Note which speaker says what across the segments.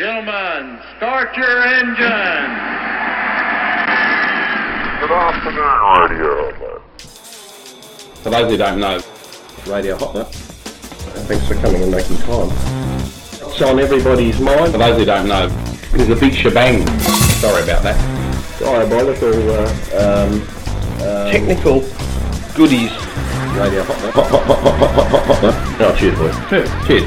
Speaker 1: Gentlemen, start your engines.
Speaker 2: Good afternoon, Radio Hotler.
Speaker 3: For those who don't know, Radio Hotler.
Speaker 4: Thanks for coming and making time. What's on everybody's mind?
Speaker 3: For those who don't know, is a big shebang. Sorry about that.
Speaker 4: Diabolical uh, um, technical goodies.
Speaker 3: Radio Hotler. Hot, hot, hot, hot, hot, hot, hot, hot.
Speaker 4: Oh, cheers, boys.
Speaker 3: Cheers. Cheers.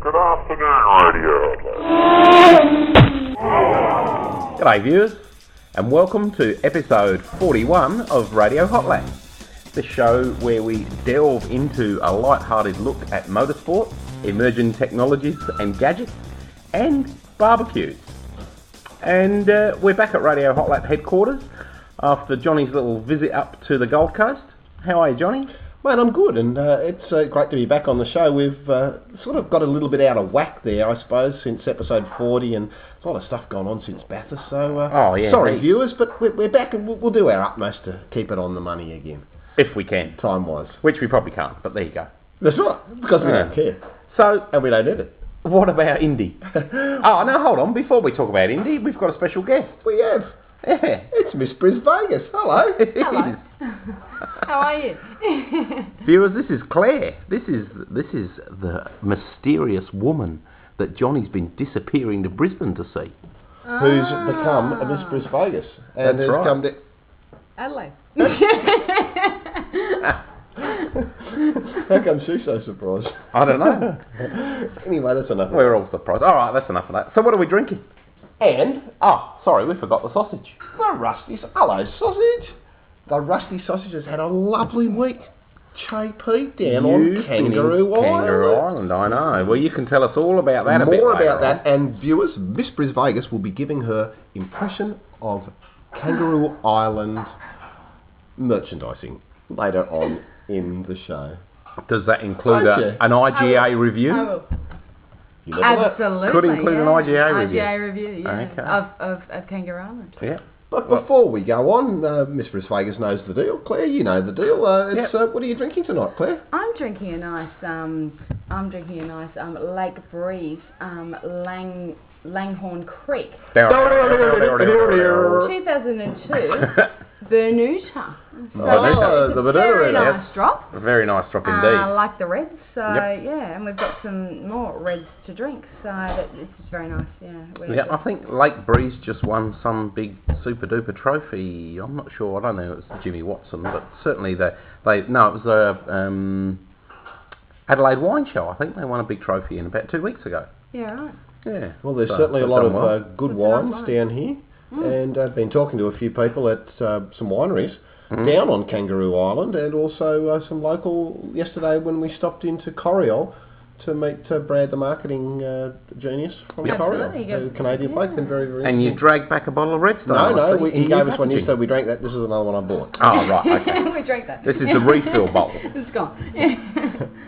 Speaker 2: Good afternoon, Radio Hotler.
Speaker 5: G'day viewers, and welcome to episode 41 of Radio Hot Lap, the show where we delve into a light-hearted look at motorsport, emerging technologies and gadgets, and barbecues. And uh, we're back at Radio Hot Lap headquarters after Johnny's little visit up to the Gold Coast. How are you, Johnny?
Speaker 4: Mate, I'm good, and uh, it's uh, great to be back on the show. We've uh, sort of got a little bit out of whack there, I suppose, since episode 40, and a lot of stuff gone on since Bathurst. So, uh,
Speaker 5: Oh, yeah,
Speaker 4: sorry,
Speaker 5: mate.
Speaker 4: viewers, but we're, we're back, and we'll, we'll do our utmost to keep it on the money again,
Speaker 5: If we can,
Speaker 4: time-wise.
Speaker 5: which we probably can't, but there you go.
Speaker 4: That's right, because we
Speaker 5: Yeah.
Speaker 4: don't care,
Speaker 5: So,
Speaker 4: and we don't need it.
Speaker 5: what about Indy? oh, no, hold on. Before we talk about Indy, we've got a special guest.
Speaker 4: We have.
Speaker 5: Yeah.
Speaker 4: It's Miss Bris Vegas. Hello.
Speaker 5: Hello.
Speaker 6: How are you?
Speaker 5: Viewers, this is Claire. This is this is the mysterious woman that Johnny's been disappearing to Brisbane to see.
Speaker 4: who's become a Miss Bris Vegas and has
Speaker 5: That's right.
Speaker 4: come to.
Speaker 6: Adelaide.
Speaker 4: How come she's so surprised?
Speaker 5: I don't know.
Speaker 4: anyway, that's enough.
Speaker 5: We're all surprised. All right, that's enough of that. So what are we drinking?
Speaker 4: and
Speaker 5: Oh, sorry, we forgot the sausage.
Speaker 4: the rusty sa- hello sausage. The rusty sausage has had a lovely week. JP down
Speaker 5: You've
Speaker 4: on
Speaker 5: been in
Speaker 4: Kangaroo Island.
Speaker 5: Kangaroo Island, I know. Well, you can tell us all about that. a bit
Speaker 4: More
Speaker 5: later
Speaker 4: about that,
Speaker 5: on.
Speaker 4: and viewers, Miss Bris Vegas will be giving her impression of Kangaroo Island merchandising later on in the show.
Speaker 5: Does that include
Speaker 4: Won't
Speaker 5: a,
Speaker 4: you?
Speaker 5: an IGA review?
Speaker 6: I will.
Speaker 4: You never know.
Speaker 6: Absolutely.
Speaker 5: Could include an
Speaker 6: yeah.
Speaker 5: IGA review.
Speaker 6: IGA review, yeah.
Speaker 5: Okay.
Speaker 6: Of, of, of Kangaroo Island.
Speaker 5: Yeah.
Speaker 4: But before we go on, uh, Miss Bruce Vegas knows the deal. Claire, you know the deal. Uh, it's,
Speaker 5: Yep.
Speaker 4: uh, what are you drinking tonight, Claire?
Speaker 6: I'm drinking a nice um I'm drinking a nice um Lake Breeze um Lang Langhorn Creek.
Speaker 4: Bermuda.
Speaker 6: 2002 Bernuta.
Speaker 5: Oh,
Speaker 6: So
Speaker 4: Bernuta,
Speaker 6: it's
Speaker 4: the
Speaker 6: a
Speaker 4: Bernuta,
Speaker 6: very nice drop. Uh,
Speaker 5: Very nice drop indeed.
Speaker 6: I
Speaker 7: Ah,
Speaker 6: like the reds, so
Speaker 5: Yep.
Speaker 6: yeah, and we've got some more reds to drink, so that, it's just very nice, yeah. we-
Speaker 5: Yeah, I think Lake Breeze just won some big super duper trophy. I'm not sure. I don't know. It was Jimmy Watson, but certainly they they no, it was a um, Adelaide Wine Show. I think they won a big trophy in about two weeks ago.
Speaker 6: Yeah, right.
Speaker 5: Yeah.
Speaker 4: Well, there's
Speaker 5: So
Speaker 4: certainly a
Speaker 5: they've
Speaker 4: lot
Speaker 5: done
Speaker 4: of
Speaker 5: well.
Speaker 4: uh, good
Speaker 6: Lots
Speaker 4: wines
Speaker 6: of nice
Speaker 4: down here,
Speaker 6: Mm.
Speaker 4: and I've been talking to a few people at uh, some wineries
Speaker 5: Mm.
Speaker 4: down on Kangaroo Island, and also uh, some local. Yesterday, when we stopped into Coriol to meet uh, Brad, the marketing uh, genius from
Speaker 6: Yep. Absolutely,
Speaker 4: Coriol,
Speaker 6: you
Speaker 4: a
Speaker 6: go-
Speaker 4: Canadian
Speaker 6: yeah.
Speaker 4: bloke, and very very.
Speaker 5: and you
Speaker 4: interesting.
Speaker 5: dragged back a bottle of Red Star.
Speaker 4: no,
Speaker 5: I
Speaker 4: no,
Speaker 5: see,
Speaker 4: we,
Speaker 5: in
Speaker 4: he
Speaker 5: your
Speaker 4: gave us one
Speaker 5: packaging.
Speaker 4: yesterday. We drank that. This is another one I bought.
Speaker 5: Oh right, okay.
Speaker 6: we drank that.
Speaker 5: This is the refill bottle.
Speaker 6: It's gone.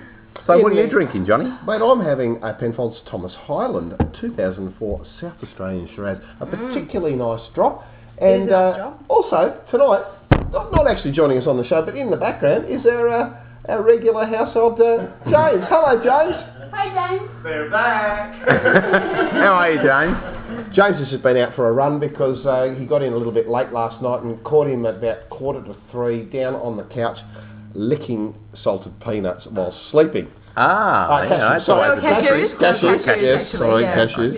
Speaker 5: So what are you
Speaker 4: Yeah.
Speaker 5: drinking, Johnny?
Speaker 4: Mate, I'm having a Penfolds Thomas Highland 2004 South Australian Shiraz, a particularly nice drop. And
Speaker 6: Is that
Speaker 4: uh,
Speaker 6: drop?
Speaker 4: also tonight, not, not actually joining us on the show, but in the background is our uh, our regular household uh, James. Hello, James.
Speaker 5: How are you, James?
Speaker 4: James has just been out for a run because uh, he got in a little bit late last night and caught him at about quarter to three down on the couch, licking salted peanuts while sleeping.
Speaker 5: Ah,
Speaker 4: Uh,
Speaker 5: yeah,
Speaker 4: cashews,
Speaker 5: that's all
Speaker 4: sorry.
Speaker 5: over the place.
Speaker 6: Oh, Cashews,
Speaker 4: Cashews,
Speaker 6: cashews,
Speaker 4: cashews, yes,
Speaker 6: actually,
Speaker 4: sorry,
Speaker 6: yeah.
Speaker 4: cashews.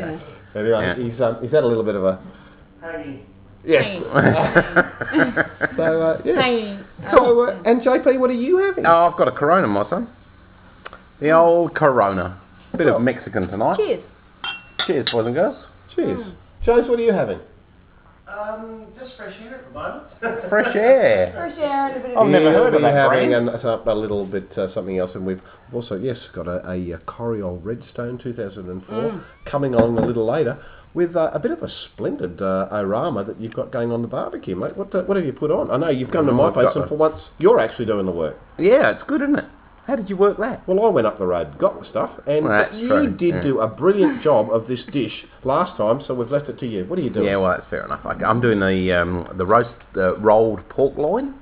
Speaker 6: Yeah.
Speaker 4: Anyway,
Speaker 5: Yeah.
Speaker 4: he's, um, he's had a little bit of a. Yes. So, uh, yeah.
Speaker 6: Hanging.
Speaker 4: So, uh, and JP, what are you having?
Speaker 5: Oh, I've got a Corona, my son. The old Corona. Bit of Mexican tonight.
Speaker 6: Cheers.
Speaker 5: Cheers, boys and girls.
Speaker 4: Cheers. James, what are you having?
Speaker 8: Um, just fresh air at the moment.
Speaker 5: Fresh air.
Speaker 6: Fresh air and a bit
Speaker 5: I've
Speaker 6: of
Speaker 5: never
Speaker 4: You'll
Speaker 5: heard of
Speaker 4: be
Speaker 5: that
Speaker 4: having
Speaker 5: brand.
Speaker 4: an- a, a little bit uh, something else, and we've also yes got a, a, uh Coriol Redstone 2004 coming along a little later with uh, a bit of a splendid uh, aroma that you've got going on the barbecue, mate. What the, what have you put on? I know you've come to
Speaker 5: Oh,
Speaker 4: my
Speaker 5: I've
Speaker 4: place,
Speaker 5: got
Speaker 4: and
Speaker 5: a-
Speaker 4: for once you're actually doing the work.
Speaker 5: Yeah, it's good, isn't it? How did you work that?
Speaker 4: Well, I went up the road, got the stuff, and
Speaker 5: Well, that's
Speaker 4: but you
Speaker 5: true,
Speaker 4: did
Speaker 5: yeah.
Speaker 4: do a brilliant job of this dish last time, so we've left it to you. What are you doing?
Speaker 5: Yeah, well, that's fair enough. I, I'm doing the um, the roast uh, rolled pork loin,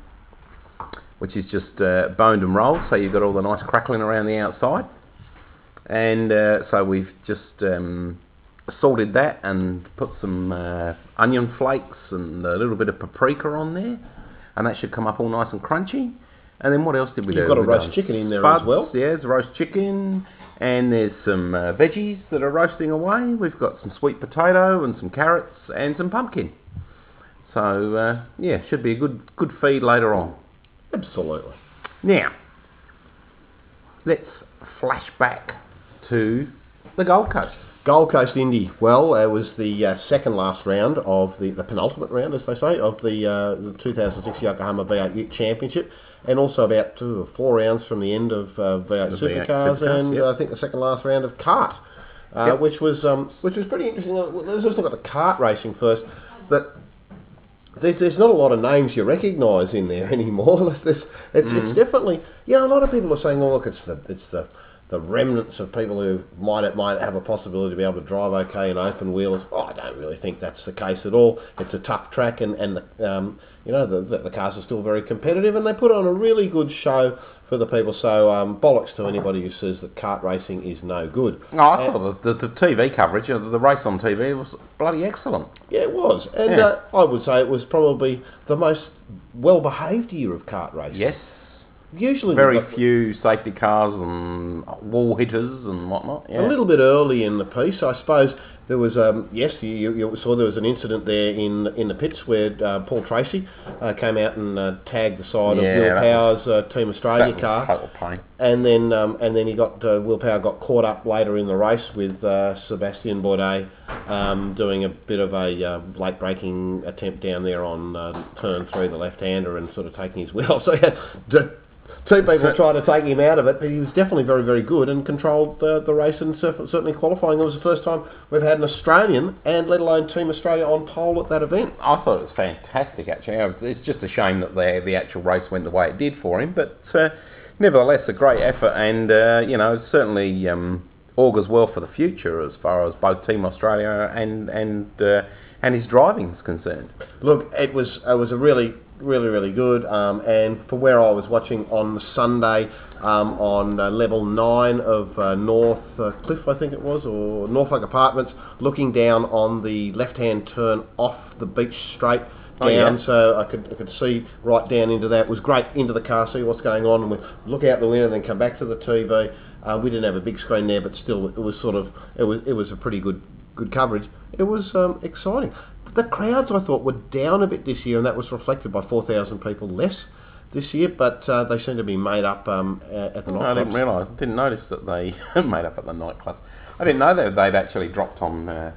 Speaker 5: which is just uh, boned and rolled, so you've got all the nice crackling around the outside. And uh, so we've just um, salted that and put some uh, onion flakes and a little bit of paprika on there, and that should come up all nice and crunchy. And then what else did we do?
Speaker 4: You've got a
Speaker 5: We've
Speaker 4: roast
Speaker 5: done
Speaker 4: chicken in there
Speaker 5: spuds,
Speaker 4: as well.
Speaker 5: Yeah, there's roast chicken, and there's some uh, veggies that are roasting away. We've got some sweet potato and some carrots and some pumpkin. So uh, yeah, should be a good good feed later on.
Speaker 4: Absolutely.
Speaker 5: Now, let's flash back to the Gold Coast.
Speaker 4: Gold Coast Indy. Well, it was the uh, second last round of the, the penultimate round, as they say, of the, uh, the 2006 Yokohama V8 Ute Championship, and also about two or four rounds from the end of uh, V8
Speaker 5: The V8
Speaker 4: Supercars,
Speaker 5: Supercars,
Speaker 4: and
Speaker 5: yep.
Speaker 4: uh, I think the second last round of kart, uh,
Speaker 5: Yep.
Speaker 4: which was um, which was pretty interesting. Uh, Let's just look at the kart racing first. That there's, there's not a lot of names you recognise in there anymore. It's, it's, it's, it's definitely, you know, a lot of people are saying, well, look, it's the it's the, the remnants of people who might might have a possibility to be able to drive okay in open wheels. Oh, I don't really think that's the case at all. It's a tough track, and and the, um, you know the, the the cars are still very competitive, and they put on a really good show for the people. So um, bollocks to anybody who says that kart racing is no good.
Speaker 5: Oh, I thought the, the, the TV coverage of the race on TV was bloody excellent.
Speaker 4: Yeah, it was, and
Speaker 5: Yeah.
Speaker 4: uh, I would say it was probably the most well-behaved year of kart racing.
Speaker 5: Yes,
Speaker 4: Usually we've
Speaker 5: very
Speaker 4: got-
Speaker 5: few safety cars and wall hitters and whatnot. Yeah.
Speaker 4: A little bit early in the piece, I suppose. There was um, yes, you, you you saw there was an incident there in in the pits where uh, Paul Tracy uh, came out and uh, tagged the side
Speaker 5: Yeah,
Speaker 4: of Will
Speaker 5: that
Speaker 4: Power's uh, Team Australia
Speaker 5: That was
Speaker 4: car,
Speaker 5: total pain.
Speaker 4: and then um, and then he got uh, Will Power got caught up later in the race with uh, Sebastian Bourdais um, doing a bit of a uh, late braking attempt down there on uh, turn three, the left hander, and sort of taking his wheel. So yeah, d- two people tried to take him out of it, but he was definitely very very good and controlled the, the race and cer- certainly qualifying. It was the first time we've had an Australian and let alone Team Australia on pole at that event.
Speaker 5: I thought it was fantastic, actually. Uh, It's just a shame that the, the actual race went the way it did for him, but uh, nevertheless, a great effort, and uh, you know, certainly um, augurs well for the future as far as both Team Australia and and uh, and his driving is concerned.
Speaker 4: Look, it was it was a really really really good. Um, and for where I was watching on Sunday, um, on uh, level nine of uh, North uh, Cliff, I think it was, or Norfolk Apartments, looking down on the left-hand turn off the beach straight.
Speaker 5: Oh,
Speaker 4: Down,
Speaker 5: yeah.
Speaker 4: so I could I could see right down into that. It was great into the car, see what's going on, and we look out the window, and then come back to the TV. Uh, we didn't have a big screen there, but still, it was sort of it was it was a pretty good good coverage. It was um, exciting. The crowds I thought were down a bit this year, and that was reflected by 4,000 people less this year, but uh, they seem to be made up um, a- at the
Speaker 5: I didn't
Speaker 4: nightclubs.
Speaker 5: realise, didn't notice that they made up at the nightclub. I didn't know that they'd actually dropped on uh,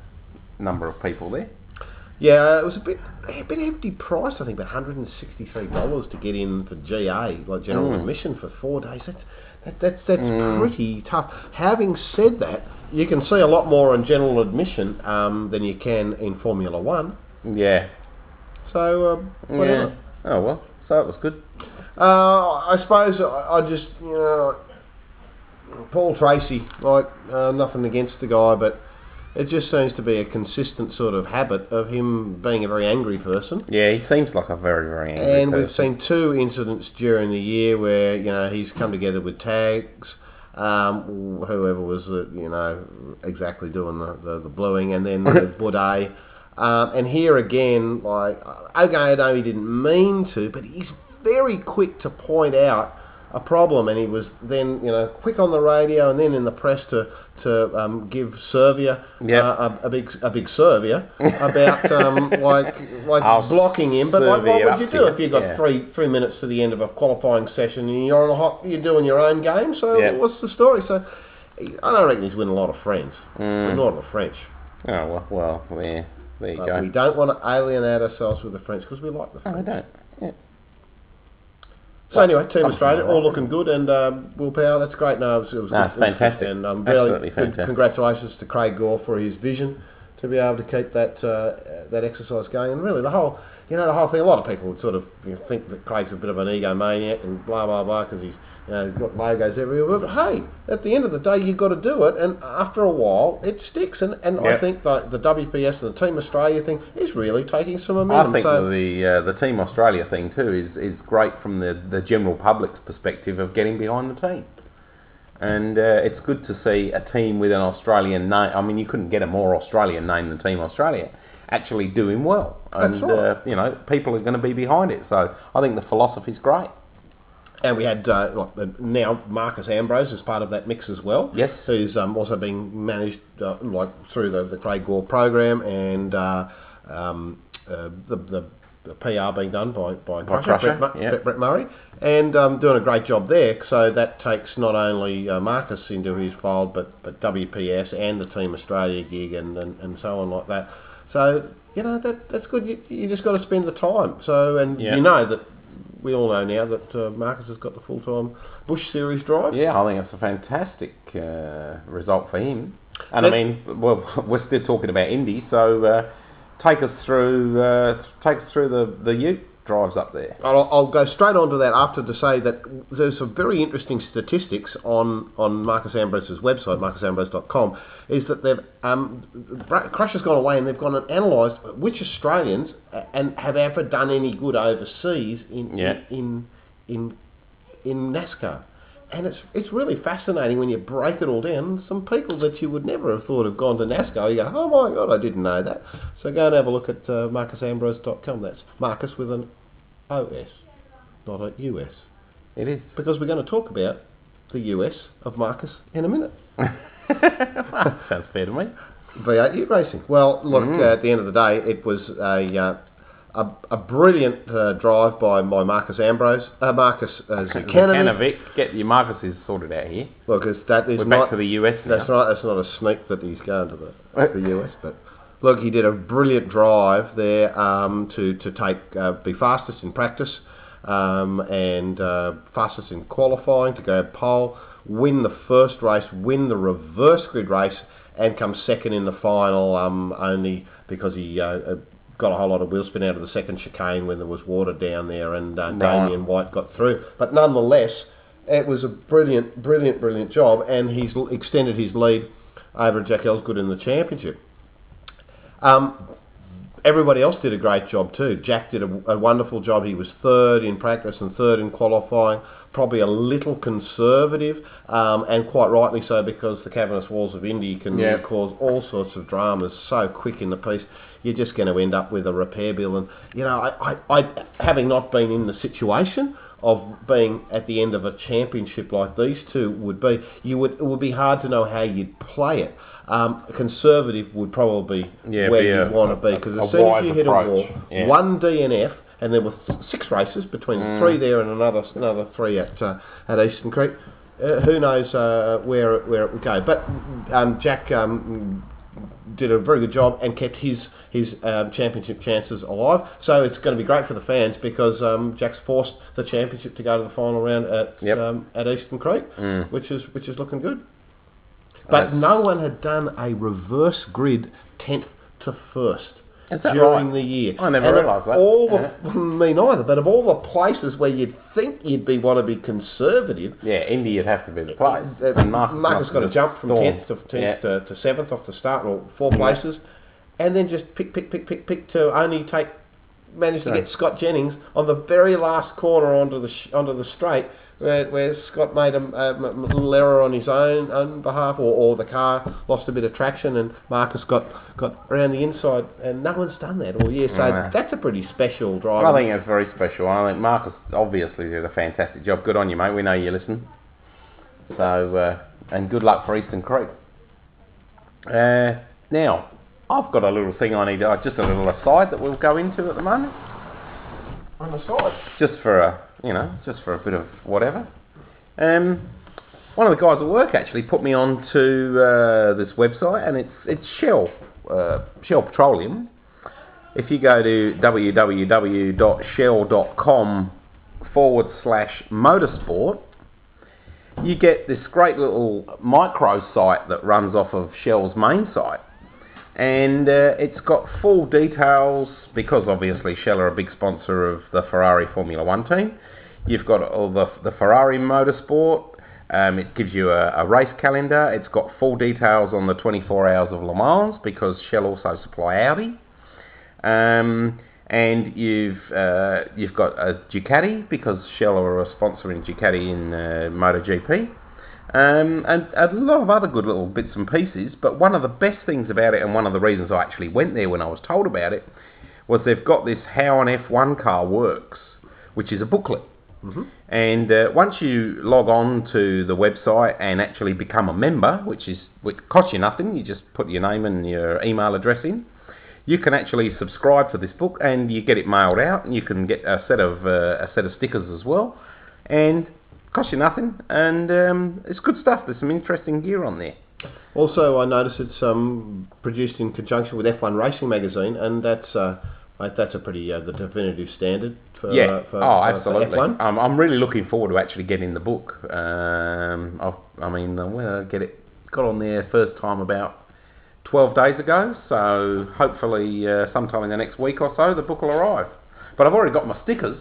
Speaker 5: number of people there.
Speaker 4: Yeah, it was a bit a bit empty price, I think, about $163 to get in for GA, like general
Speaker 5: Mm.
Speaker 4: admission for four days. That's, that, that's, that's pretty tough. Having said that, you can see a lot more in general admission um, than you can in Formula One.
Speaker 5: Yeah,
Speaker 4: So, um, whatever.
Speaker 5: yeah. Oh well, so it was good.
Speaker 4: Uh, I suppose I, I just, you know, Paul Tracy, like, uh, nothing against the guy, but it just seems to be a consistent sort of habit of him being a very angry person.
Speaker 5: Yeah, he seems like a very very angry
Speaker 4: And we've
Speaker 5: person.
Speaker 4: seen two incidents during the year where, you know, he's come together with tags, um, whoever was, the, you know, exactly doing the, the, the bluing, and then the Boudet. Um, and here again, like, okay, I know he didn't mean to, but he's very quick to point out a problem, and he was then, you know, quick on the radio and then in the press to to um, give Servia
Speaker 5: Yeah.
Speaker 4: uh, a, a big a big Servia about um, like like
Speaker 5: I'll
Speaker 4: blocking him, but like,
Speaker 5: Servia
Speaker 4: what
Speaker 5: up
Speaker 4: would you
Speaker 5: to
Speaker 4: do
Speaker 5: you,
Speaker 4: if you got
Speaker 5: yeah.
Speaker 4: three three minutes to the end of a qualifying session and you're on a hot, you're doing your own game? So
Speaker 5: Yeah.
Speaker 4: what's the story? So I don't reckon he's winning a lot of friends,
Speaker 5: Mm.
Speaker 4: but not the French.
Speaker 5: Oh well, well there, there you
Speaker 4: But
Speaker 5: go.
Speaker 4: we don't want to alienate ourselves with the French because we like the
Speaker 5: Oh, I
Speaker 4: French.
Speaker 5: don't. Yeah.
Speaker 4: So anyway, Team
Speaker 5: Something
Speaker 4: Australia,
Speaker 5: like
Speaker 4: all
Speaker 5: that.
Speaker 4: looking good, and um, Will Power, that's great. No, it was, it was
Speaker 5: No,
Speaker 4: good. It was good.
Speaker 5: Ah, fantastic.
Speaker 4: And um, really,
Speaker 5: Absolutely
Speaker 4: good
Speaker 5: fantastic.
Speaker 4: congratulations to Craig Gore for his vision to be able to keep that uh, that exercise going. And really, the whole, you know, the whole thing. A lot of people would sort of you know, think that Craig's a bit of an egomaniac and blah blah blah because he's you know, he's got logos everywhere. But hey, at the end of the day, you've got to do it, and after a while, it sticks. And, and
Speaker 5: Yep.
Speaker 4: I think the, the WPS and the Team Australia thing is really taking some
Speaker 5: I
Speaker 4: momentum.
Speaker 5: think
Speaker 4: So-
Speaker 5: the uh, the Team Australia thing too is, is great from the, the general public's perspective of getting behind the team. And uh, it's good to see a team with an Australian name. I mean, you couldn't get a more Australian name than Team Australia actually doing well. And,
Speaker 4: right.
Speaker 5: uh, you know, people are going to be behind it. So I think the philosophy's great.
Speaker 4: And we had uh, like, the- now Marcus Ambrose as part of that mix as well.
Speaker 5: Yes.
Speaker 4: who's um, also being managed uh, like through the, the Craig Gore program and uh, um, uh, the, the the PR being done by by,
Speaker 5: Crusher,
Speaker 4: Brett, Mu-
Speaker 5: yeah.
Speaker 4: Brett, Brett Murray and um, doing a great job there. So that takes not only uh, Marcus into his fold, but but WPS and the Team Australia gig and, and, and so on like that. So you know that that's good. You, you just got to spend the time. So and
Speaker 5: Yeah.
Speaker 4: you know that we all know now that uh, Marcus has got the full time Bush Series drive.
Speaker 5: Yeah, I think it's a fantastic uh, result for him. And I
Speaker 4: But-
Speaker 5: mean, well, we're still talking about Indy, so uh, take us through uh, take us through the the Ute drives up there.
Speaker 4: I'll, I'll go straight on to that after to say that there's some very interesting statistics on, on Marcus Ambrose's website, marcusambrose.com, is that they've um, Bra- Crusher's gone away and they've gone and analysed which Australians uh, and have ever done any good overseas in
Speaker 5: Yeah.
Speaker 4: in, in in in NASCAR. And it's it's really fascinating when you break it all down. Some people that you would never have thought have gone to NASCAR, you go, oh my god, I didn't know that. So go and have a look at uh, marcusambrose.com. That's Marcus with an OS, not a US.
Speaker 5: It is.
Speaker 4: Because we're going to talk about the US of Marcus in a minute.
Speaker 5: Sounds fair to me.
Speaker 4: V8 Ute Racing. Well, look,
Speaker 5: Mm.
Speaker 4: uh, at the end of the day, it was a uh, a, a brilliant uh, drive by my Marcus Ambrose, uh, Marcus uh, Zucanovic.
Speaker 5: Canovic, get your Marcuses sorted out here.
Speaker 4: Look, it's, that is
Speaker 5: We're
Speaker 4: not
Speaker 5: back to the US now.
Speaker 4: That's right. That's not a sneak that he's going to the,
Speaker 5: Right.
Speaker 4: the US. But look, he did a brilliant drive there um, to to take uh, be fastest in practice um, and uh, fastest in qualifying to go pole, win the first race, win the reverse grid race, and come second in the final. Um, only because he. Uh, uh, Got a whole lot of wheel spin out of the second chicane when there was water down there, and uh,
Speaker 5: Right.
Speaker 4: Damien White got through. But nonetheless, it was a brilliant, brilliant, brilliant job, and he's l- extended his lead over Jack Elsgood in the championship. Um, everybody else did a great job too. Jack did a, a wonderful job. He was third in practice and third in qualifying. Probably a little conservative, um, and quite rightly so, because the cavernous walls of Indy can
Speaker 5: Yeah.
Speaker 4: cause all sorts of dramas so quick in the piece. You're just going to end up with a repair bill, and you know, I, I, I having not been in the situation of being at the end of a championship like these two would be, you would it would be hard to know how you'd play it. Um, conservative would probably be
Speaker 5: Yeah,
Speaker 4: where
Speaker 5: be
Speaker 4: you'd
Speaker 5: a-
Speaker 4: want to be
Speaker 5: a-
Speaker 4: because
Speaker 5: a
Speaker 4: as soon as
Speaker 5: wise
Speaker 4: you hit
Speaker 5: approach,
Speaker 4: a wall,
Speaker 5: yeah. Mm.
Speaker 4: one DNF, and there were th- six races between three there and another another three at uh, at Eastern Creek. Uh, who knows uh, where it- where it would go? But um, Jack um, did a very good job and kept his his um, championship chances alive. So it's going to be great for the fans because um, Jack's forced the championship to go to the final round at
Speaker 5: Yep. Mm.
Speaker 4: um, at Eastern Creek, which is which is looking good.
Speaker 5: Nice.
Speaker 4: But no one had done a reverse grid tenth to first
Speaker 5: Is that
Speaker 4: during
Speaker 5: right?
Speaker 4: the year.
Speaker 5: I never
Speaker 4: And of
Speaker 5: realised that.
Speaker 4: All the, me neither. But of all the places where you'd think you'd be want to be conservative,
Speaker 5: Yeah, Indy would have to be the place.
Speaker 4: uh,
Speaker 5: and Marcus,
Speaker 4: Marcus,
Speaker 5: must
Speaker 4: got to
Speaker 5: have
Speaker 4: jump from
Speaker 5: stormed.
Speaker 4: tenth to tenth to,
Speaker 5: Yeah.
Speaker 4: to seventh off the start, or four places, and then just pick, pick, pick, pick, pick to only take manage to
Speaker 5: Sorry.
Speaker 4: get Scott Jennings on the very last corner onto the sh- onto the straight, where, where Scott made a, a m- m- little error on his own own behalf, or, or the car lost a bit of traction, and Marcus got got around the inside, and no one's done that all year. So
Speaker 5: Nah.
Speaker 4: that's a pretty special drive.
Speaker 5: I think it's very special. I think Marcus obviously did a fantastic job. Good on you, mate. We know you listen. So, uh, and good luck for Eastern Creek. Uh, now, I've got a little thing I need, uh, just a little aside that we'll go into at the moment,
Speaker 4: on the side.
Speaker 5: just for a, you know, just for a bit of whatever. Um, one of the guys at work actually put me on to uh, this website, and it's it's Shell, uh, Shell Petroleum. If you go to www.shell.com forward slash motorsport, you get this great little micro site that runs off of Shell's main site. And uh, it's got full details because obviously Shell are a big sponsor of the Ferrari Formula One team. You've got all the, the Ferrari motorsport. Um, it gives you a, a race calendar. It's got full details on the 24 hours of Le Mans because Shell also supply Audi. Um, and you've uh, you've got a Ducati because Shell are a sponsor in Ducati in uh, MotoGP. Um, and a lot of other good little bits and pieces, but one of the best things about it, and one of the reasons I actually went there when I was told about it, was they've got this How an F1 Car Works, which is a booklet. And uh, once you log on to the website and actually become a member, which is which costs you nothing, you just put your name and your email address in. You can actually subscribe to this book, and you get it mailed out, and you can get a set of uh, a set of stickers as well, and costs you nothing, and um, it's good stuff. There's some interesting gear on there.
Speaker 4: Also, I noticed it's um, produced in conjunction with F1 Racing magazine, and that's uh, mate, that's a pretty uh, the definitive standard for
Speaker 5: yeah.
Speaker 4: uh, for,
Speaker 5: oh,
Speaker 4: for- for
Speaker 5: absolutely.
Speaker 4: F1.
Speaker 5: I'm, I'm really looking forward to actually getting the book. Um, I've, I mean, uh, when did I get it, got on there first time about 12 days ago, so hopefully uh, sometime in the next week or so the book will arrive. But I've already got my stickers.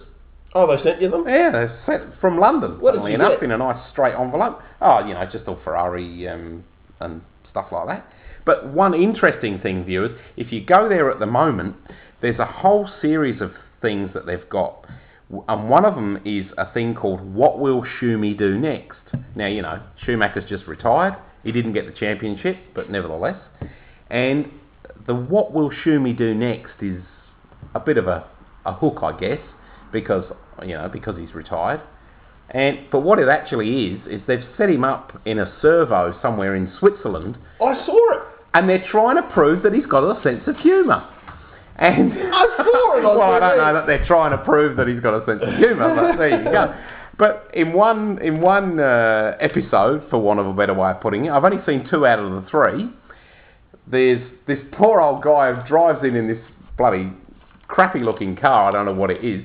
Speaker 4: Oh, they sent you them.
Speaker 5: Yeah, they're sent from London,
Speaker 4: What did
Speaker 5: funnily
Speaker 4: you
Speaker 5: enough,
Speaker 4: get?
Speaker 5: in a nice straight envelope. Oh, you know, just all Ferrari um, and stuff like that. But one interesting thing, viewers, if you go there at the moment, there's a whole series of things that they've got. W- And one of them is a thing called What Will Schumi Do Next? Now, you know, Schumacher's just retired. He didn't get the championship, but nevertheless. And the What Will Schumi Do Next is a bit of a, a hook, I guess, because you know because he's retired. And but what it actually is is they've set him up in a servo somewhere in Switzerland,
Speaker 4: I saw it.
Speaker 5: and they're trying to prove that he's got a sense of humour. And
Speaker 4: I saw it on
Speaker 5: well, I don't
Speaker 4: TV.
Speaker 5: know that they're trying to prove that he's got a sense of humour, but there you go. But in one in one uh, episode, for want of a better way of putting it, I've only seen two out of the three there's this poor old guy who drives in in this bloody crappy looking car, I don't know what it is,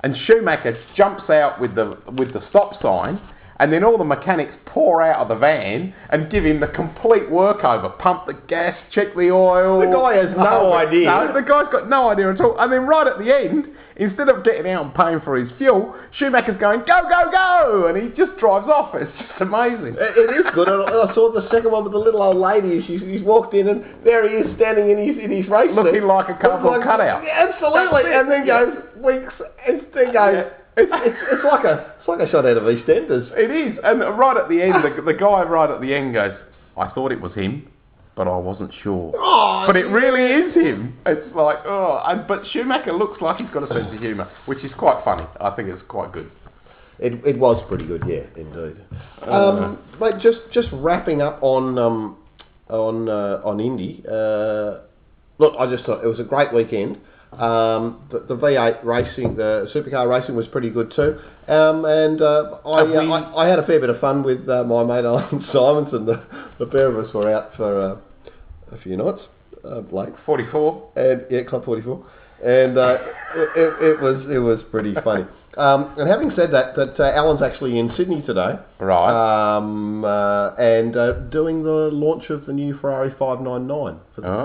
Speaker 5: and Schumacher jumps out with the with the stop sign and then all the mechanics pour out of the van and give him the complete workover. Pump the gas, check the oil. Oh,
Speaker 4: The guy has no idea.
Speaker 5: No, the guy's got no idea at all. And then right at the end, instead of getting out and paying for his fuel, Schumacher's going, go, go, go! And he just drives off. It's just amazing.
Speaker 4: It it is good. and I I saw the second one with the little old lady. She's, she's walked in, and there he is standing in his in his race suit.
Speaker 5: Looking like a cardboard
Speaker 4: Looking like-
Speaker 5: cutout.
Speaker 4: Yeah, absolutely.
Speaker 5: That's it,
Speaker 4: And then
Speaker 5: yeah.
Speaker 4: goes weeks. It's, then goes. It's, it's, it's like a it's like a shot out of EastEnders.
Speaker 5: It is, and right at the end, the, the guy right at the end goes, "I thought it was him, but I wasn't sure."
Speaker 4: Oh,
Speaker 5: but it really is him. It's like, oh, and, but Schumacher looks like he's got a sense of humour, which is quite funny. I think it's quite good.
Speaker 4: It, it was pretty good, yeah, indeed. Um, but just just wrapping up on um, on uh, on Indy. Uh, look, I just thought it was a great weekend. Um, the, the V8 racing, the supercar racing was pretty good too. Um, and uh, I,
Speaker 5: Have we-
Speaker 4: uh, I I had a fair bit of fun with uh, my mate Alan Simonson. The, the pair of us were out for uh, a few nights, uh, Blake
Speaker 5: Forty-four.
Speaker 4: and yeah, Club Forty Four, and uh, it, it- it was it was pretty funny. Um, and having said that, that uh, Alan's actually in Sydney today,
Speaker 5: Right.
Speaker 4: um, uh, and uh, doing the launch of the new Ferrari 599 for the
Speaker 5: Oh,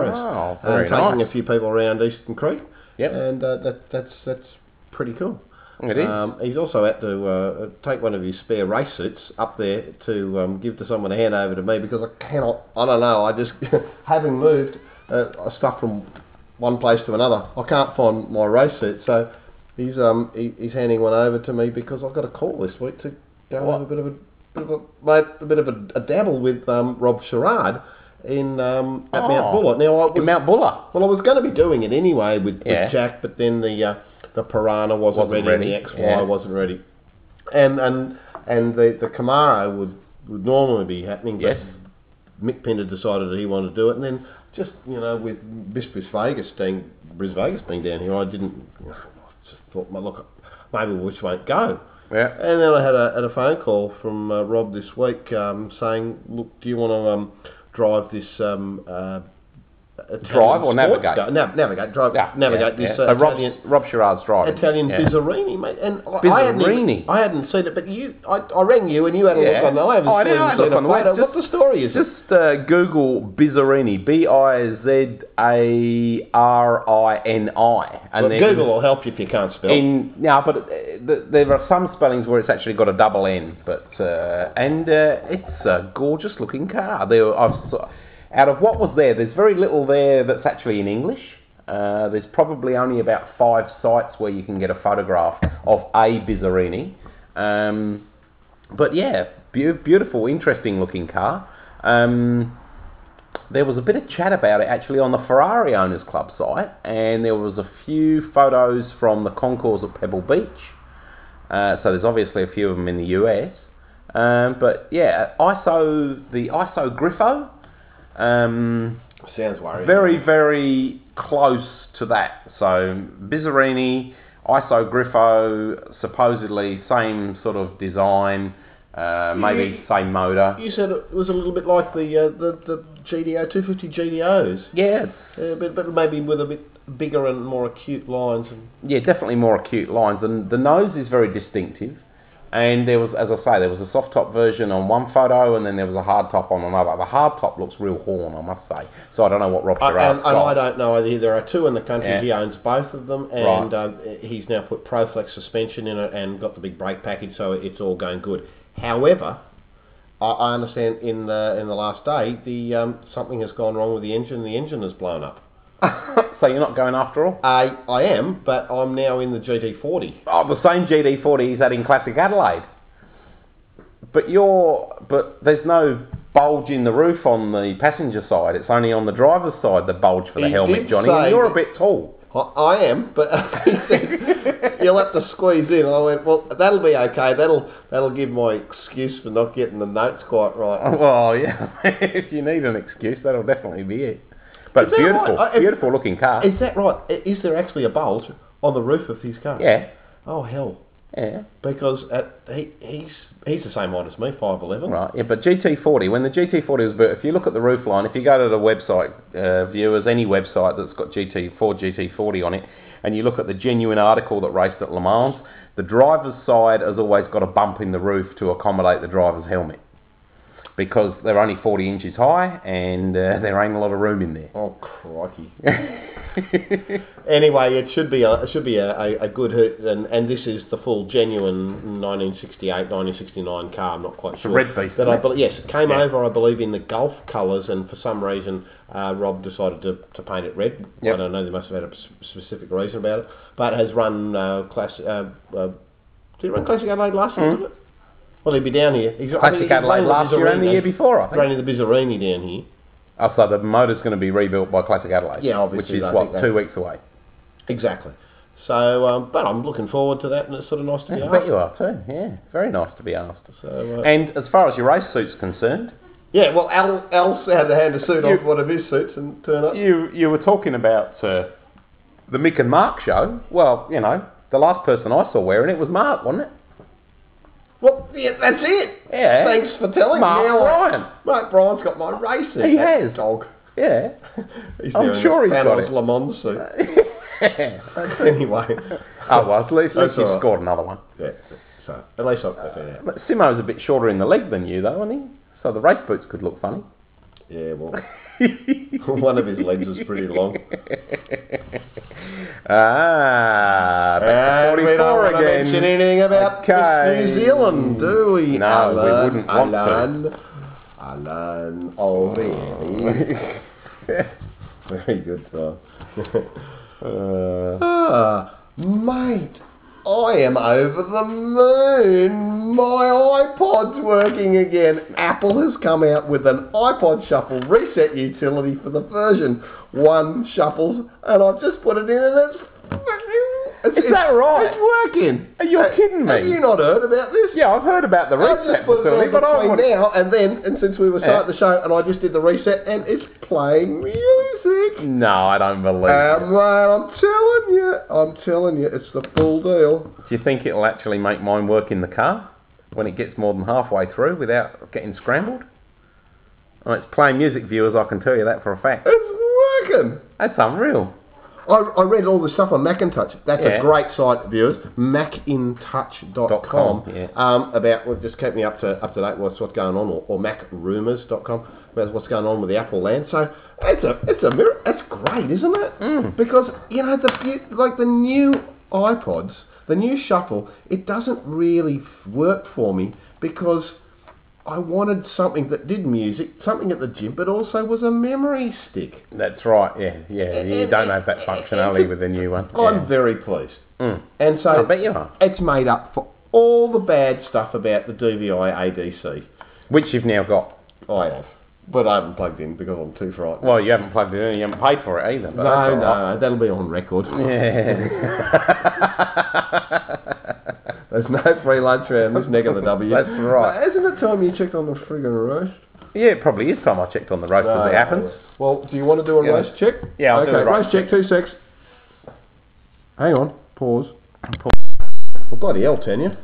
Speaker 4: press,
Speaker 5: very
Speaker 4: and taking
Speaker 5: nice.
Speaker 4: a few people around Eastern Creek.
Speaker 5: Yep.
Speaker 4: and uh, that that's that's pretty cool.
Speaker 5: it is.
Speaker 4: Um, he's also had to uh, take one of his spare race suits up there to um, give to someone to hand over to me because I cannot. I don't know. I just having moved uh, stuff from one place to another, I can't find my race suit. So he's um he, he's handing one over to me because I've got a call this week to go and have a bit of a bit of a, mate, a bit of a, a dabble with um, Rob Sherrard in um, at Mount
Speaker 5: Oh.
Speaker 4: Bullet. Now I
Speaker 5: In
Speaker 4: was-
Speaker 5: Mount Buller.
Speaker 4: well, I was going to be doing it anyway with, with
Speaker 5: Yeah.
Speaker 4: Jack, but then the uh, the Piranha wasn't,
Speaker 5: Wasn't
Speaker 4: ready,
Speaker 5: ready,
Speaker 4: and the XY
Speaker 5: yeah.
Speaker 4: wasn't ready, and and and the the Camaro would would normally be happening, but
Speaker 5: Yes.
Speaker 4: Mick Pender decided that he wanted to do it, and then just you know with Miss Miss Vegas being Bris Vegas being down here, I didn't. You know, I just thought, well, look, maybe we just won't go.
Speaker 5: Yeah.
Speaker 4: And then I had a, had a phone call from uh, Rob this week um, saying, look, do you want to um, drive this um, uh, Italian
Speaker 5: Drive or
Speaker 4: sports
Speaker 5: navigate?
Speaker 4: car- nav- navigate, drive,
Speaker 5: Yeah,
Speaker 4: navigate
Speaker 5: yeah,
Speaker 4: this
Speaker 5: yeah.
Speaker 4: uh,
Speaker 5: So Rob,
Speaker 4: Italian,
Speaker 5: Rob Sherrard's driving.
Speaker 4: Italian
Speaker 5: yeah.
Speaker 4: Bizzarini, mate. And I- I hadn't,
Speaker 5: Bizzarini?
Speaker 4: even- I hadn't seen it, but you, I, I rang you and you had a
Speaker 5: Yeah.
Speaker 4: look on. I haven't
Speaker 5: Oh, I
Speaker 4: seen,
Speaker 5: did, I had a
Speaker 4: seen
Speaker 5: look on the web.
Speaker 4: photo. What
Speaker 5: Just-
Speaker 4: the story is?
Speaker 5: Just uh, Google Bizzarini, B-I-Z-A-R-I-N-I, and
Speaker 4: Well,
Speaker 5: then-
Speaker 4: Google will help you if you can't spell.
Speaker 5: In now, but uh, th- there are some spellings where it's actually got a double N. But uh, and uh, it's a gorgeous looking car. There, I've, s- out of what was there, there's very little there that's actually in English. Uh, there's probably only about five sites where you can get a photograph of a Bizzarini. Um, but yeah, Beau- beautiful, interesting looking car. Um, there was a bit of chat about it actually on the Ferrari Owners Club site, and there was a few photos from the concourse at Pebble Beach. Uh, so there's obviously a few of them in the US. Um, but yeah, ISO the ISO Griffo. Um,
Speaker 4: Sounds worrying.
Speaker 5: very, very close to that. So Bizzarini, ISO Griffo, supposedly same sort of design, uh, maybe same motor.
Speaker 4: You said it was a little bit like the uh, the, the GDO 250 GDOs,
Speaker 5: Yeah, it's-
Speaker 4: uh, but, but maybe with a bit bigger and more acute lines. And
Speaker 5: yeah, definitely more acute lines. And the nose is very distinctive. And there was, as I say, there was a soft top version on one photo, and then there was a hard top on another. The hard top looks real horn, I must say. So I don't know what Rob
Speaker 4: I,
Speaker 5: Gerrard's
Speaker 4: and, and I
Speaker 5: got.
Speaker 4: don't know either. There are two in the country.
Speaker 5: Yeah.
Speaker 4: He owns both of them, and um, he's now put ProFlex suspension in it and got the big brake package, so it's all going good. However, I, I understand in the in the last day, the um, something has gone wrong with the engine. The engine has blown up.
Speaker 5: so you're not going after all.
Speaker 4: I I am, but I'm now in the GT40.
Speaker 5: Oh, the same GD40 he's had in Classic Adelaide. But you're, but there's no bulge in the roof on the passenger side. It's only on the driver's side the bulge for the
Speaker 4: He
Speaker 5: helmet,
Speaker 4: did
Speaker 5: Johnny. And
Speaker 4: say
Speaker 5: you're a
Speaker 4: that-
Speaker 5: bit tall.
Speaker 4: I, I am, but he said, you'll have to squeeze in. And I went, well, that'll be okay. That'll that'll give my excuse for not getting the notes quite right.
Speaker 5: Well, yeah. if you need an excuse, that'll definitely be it. But
Speaker 4: that
Speaker 5: beautiful,
Speaker 4: right? I- if-
Speaker 5: beautiful looking car.
Speaker 4: Is that right? I- Is there actually a bulge on the roof of his car?
Speaker 5: Yeah,
Speaker 4: Oh hell,
Speaker 5: yeah.
Speaker 4: because at, he he's he's the same height as me, five eleven.
Speaker 5: Right, yeah, but GT40, when the GT40 was built, if you look at the roof line, if you go to the website, uh, viewers, any website that's got GT4, GT40 on it, and you look at the genuine article that raced at Le Mans, the driver's side has always got a bump in the roof to accommodate the driver's helmet because they're only 40 inches high and uh, there ain't a lot of room in there.
Speaker 4: Oh crikey. Anyway, it should be a it should be a, a, a good hoot, and, and this is the full genuine 1968 1969 car. I'm not quite sure.
Speaker 5: red beast,
Speaker 4: That I
Speaker 5: isn't it?
Speaker 4: bel yes, it came
Speaker 5: Yeah.
Speaker 4: over I believe in the golf colours, and for some reason uh, Rob decided to, to paint it red.
Speaker 5: Yep.
Speaker 4: I don't know. They must have had a s- specific reason about it, but it has run uh, class. Uh, uh, did it run Classic Adelaide last year? did it? Well, he'd be down here. He's, I think
Speaker 5: Hmm. Classic
Speaker 4: he's
Speaker 5: Adelaide
Speaker 4: running
Speaker 5: last year and the
Speaker 4: Bizzarini-
Speaker 5: year before, I think.
Speaker 4: Running the Bizzarini down here.
Speaker 5: Oh, so the motor's going to be rebuilt by Classic Adelaide,
Speaker 4: Yeah,
Speaker 5: which
Speaker 4: obviously,
Speaker 5: is
Speaker 4: I
Speaker 5: what,
Speaker 4: think that-
Speaker 5: two weeks away?
Speaker 4: Exactly. So, um, but I'm looking forward to that, and it's sort of nice to be
Speaker 5: I
Speaker 4: asked.
Speaker 5: bet you are too, yeah. Very nice to be asked.
Speaker 4: So, uh,
Speaker 5: And as far as your race suit's concerned,
Speaker 4: yeah, well, Al, Al's had to hand a suit
Speaker 5: You-
Speaker 4: off one of his suits and turn up.
Speaker 5: You you were talking about uh, the Mick and Mark show. Well, you know, the last person I saw wearing it was Mark, wasn't it?
Speaker 4: Well, yeah, that's it.
Speaker 5: Yeah.
Speaker 4: Thanks for telling
Speaker 5: Mark
Speaker 4: me. Al.
Speaker 5: Bryan.
Speaker 4: Mark Bryan's got my racing.
Speaker 5: He
Speaker 4: That
Speaker 5: has.
Speaker 4: Dog.
Speaker 5: Yeah.
Speaker 4: He's
Speaker 5: I'm
Speaker 4: doing
Speaker 5: sure he's got
Speaker 4: Panos
Speaker 5: it.
Speaker 4: Le Mans suit.
Speaker 5: oh
Speaker 4: anyway.
Speaker 5: well, at least, at least
Speaker 4: That's
Speaker 5: you
Speaker 4: all right.
Speaker 5: scored another one.
Speaker 4: Yeah, so, at least I've got that out.
Speaker 5: But Simo's a bit shorter in the leg than you, though, isn't he? So the race boots could look funny.
Speaker 4: Yeah, well, one of his legs is pretty long.
Speaker 5: ah, back to
Speaker 4: And we don't
Speaker 5: 44
Speaker 4: want to
Speaker 5: again.
Speaker 4: mention anything about
Speaker 5: Okay.
Speaker 4: Miss New Zealand, do we?
Speaker 5: No, we
Speaker 4: Alan,
Speaker 5: wouldn't want to.
Speaker 4: Alan, to. Alan O'Reilly. Very good song.
Speaker 5: Uh,
Speaker 4: ah, mate, I am over the moon. My iPod's working again. Apple has come out with an iPod Shuffle reset utility for the version one shuffles, and I've just put it in, and it's. It's,
Speaker 5: Is that right?
Speaker 4: It's working.
Speaker 5: Are you kidding me?
Speaker 4: Have you not heard about this?
Speaker 5: yeah, I've heard about the
Speaker 4: I've
Speaker 5: reset
Speaker 4: just put it
Speaker 5: facility,
Speaker 4: on
Speaker 5: but I
Speaker 4: between
Speaker 5: wouldn't.
Speaker 4: now and then, and since we were starting the show, and I just did the reset, and it's playing music.
Speaker 5: No, I don't believe
Speaker 4: Uh,
Speaker 5: it.
Speaker 4: mate, I'm telling you, I'm telling you, it's the full deal.
Speaker 5: Do you think it'll actually make mine work in the car when it gets more than halfway through without getting scrambled? Oh, it's playing music viewers, I can tell you that for a fact.
Speaker 4: It's working.
Speaker 5: That's unreal.
Speaker 4: I, I read all the stuff on Macintosh. That's
Speaker 5: Yeah.
Speaker 4: a great site, viewers. Macintouch.com.
Speaker 5: com, yeah.
Speaker 4: Um, about well, just keep me up to up to date. What's what's going on, or, or MacRumors.com about what's going on with the Apple land. So it's a it's a mirror. That's great, isn't it?
Speaker 5: Mm.
Speaker 4: Because you know the few- like the new iPods, the new Shuffle, it doesn't really work for me because. I wanted something that did music, something at the gym, but also was a memory stick.
Speaker 5: That's right, yeah, yeah. You don't have that functionality with the new one.
Speaker 4: I'm
Speaker 5: Yeah.
Speaker 4: very pleased.
Speaker 5: Mm.
Speaker 4: And so
Speaker 5: I bet you are.
Speaker 4: it's made up for all the bad stuff about the DVI ADC.
Speaker 5: Which you've now got.
Speaker 4: I have. But I haven't plugged in because I'm too frightened.
Speaker 5: Well, you haven't plugged it in, you haven't paid for it either. But that's
Speaker 4: no,
Speaker 5: all right.
Speaker 4: no, that'll be on record.
Speaker 5: Yeah.
Speaker 4: There's no free lunch around this neck of the W.
Speaker 5: That's right.
Speaker 4: Now, Isn't it time you checked on the friggin' roast?
Speaker 5: yeah, it probably is time I checked on the roast as it happens.
Speaker 4: Well, do you want to do a
Speaker 5: Yeah.
Speaker 4: roast check?
Speaker 5: Yeah, I'll
Speaker 4: okay,
Speaker 5: do a roast
Speaker 4: check. Two six. Hang on. Pause. Pause. Well, bloody hell, Tanya.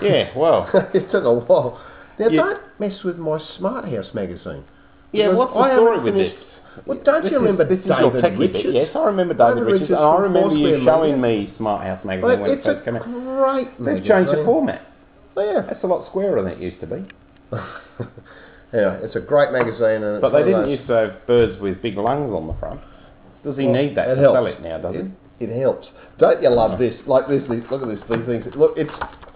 Speaker 5: Yeah, well.
Speaker 4: it took a while. Now,
Speaker 5: Yeah.
Speaker 4: don't mess with my Smart House magazine.
Speaker 5: Yeah,
Speaker 4: Because
Speaker 5: what's the
Speaker 4: I haven't
Speaker 5: story with this?
Speaker 4: finished- Well, don't
Speaker 5: This
Speaker 4: you
Speaker 5: is-
Speaker 4: remember
Speaker 5: this is your
Speaker 4: David
Speaker 5: techie bit.
Speaker 4: Richards?
Speaker 5: Yes, I remember
Speaker 4: David
Speaker 5: David, Richards.
Speaker 4: Richards
Speaker 5: and I
Speaker 4: from
Speaker 5: remember you
Speaker 4: Foursquare
Speaker 5: showing me Smart House magazine
Speaker 4: Well,
Speaker 5: when it
Speaker 4: it's
Speaker 5: first
Speaker 4: a
Speaker 5: came out.
Speaker 4: great
Speaker 5: They've changed the
Speaker 4: magazine.
Speaker 5: format.
Speaker 4: Yeah.
Speaker 5: That's a lot squarer than it used to be.
Speaker 4: yeah, it's a great magazine. And it's
Speaker 5: But they
Speaker 4: one of
Speaker 5: didn't
Speaker 4: those-
Speaker 5: used to have birds with big lungs on the front. Does he
Speaker 4: Well,
Speaker 5: need that
Speaker 4: it
Speaker 5: to
Speaker 4: helps.
Speaker 5: sell it now, does he? Mm.
Speaker 4: It helps. Don't you love this? Like this, these, look at this. These things. Look, it's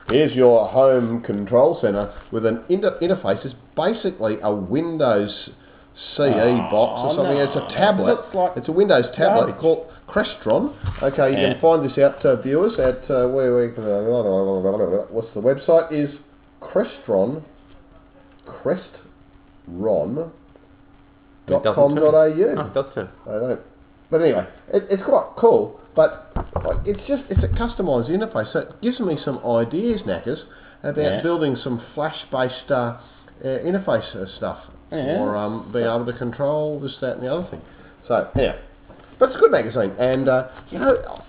Speaker 4: here's your home control center with an inter- interface. It's basically a Windows CE box or
Speaker 5: Oh,
Speaker 4: something.
Speaker 5: no.
Speaker 4: It's a tablet.
Speaker 5: Looks like
Speaker 4: it's a Windows tablet
Speaker 5: garbage.
Speaker 4: called Crestron. Okay, you
Speaker 5: Yeah.
Speaker 4: can find this out, uh, viewers, at uh, where we. What's the website? Is Crestron. Crestron. Dot
Speaker 5: doesn't
Speaker 4: com
Speaker 5: too.
Speaker 4: dot au.
Speaker 5: Oh, it does too.
Speaker 4: I don't. But anyway, it, it's quite cool. But like, it's just it's a customised interface, so it gives me some ideas, knackers, about
Speaker 5: Yeah.
Speaker 4: building some Flash-based uh, uh, interface uh, stuff,
Speaker 5: Yeah.
Speaker 4: or um, being able to control this, that, and the other thing. So yeah, but it's a good magazine, and uh, you know,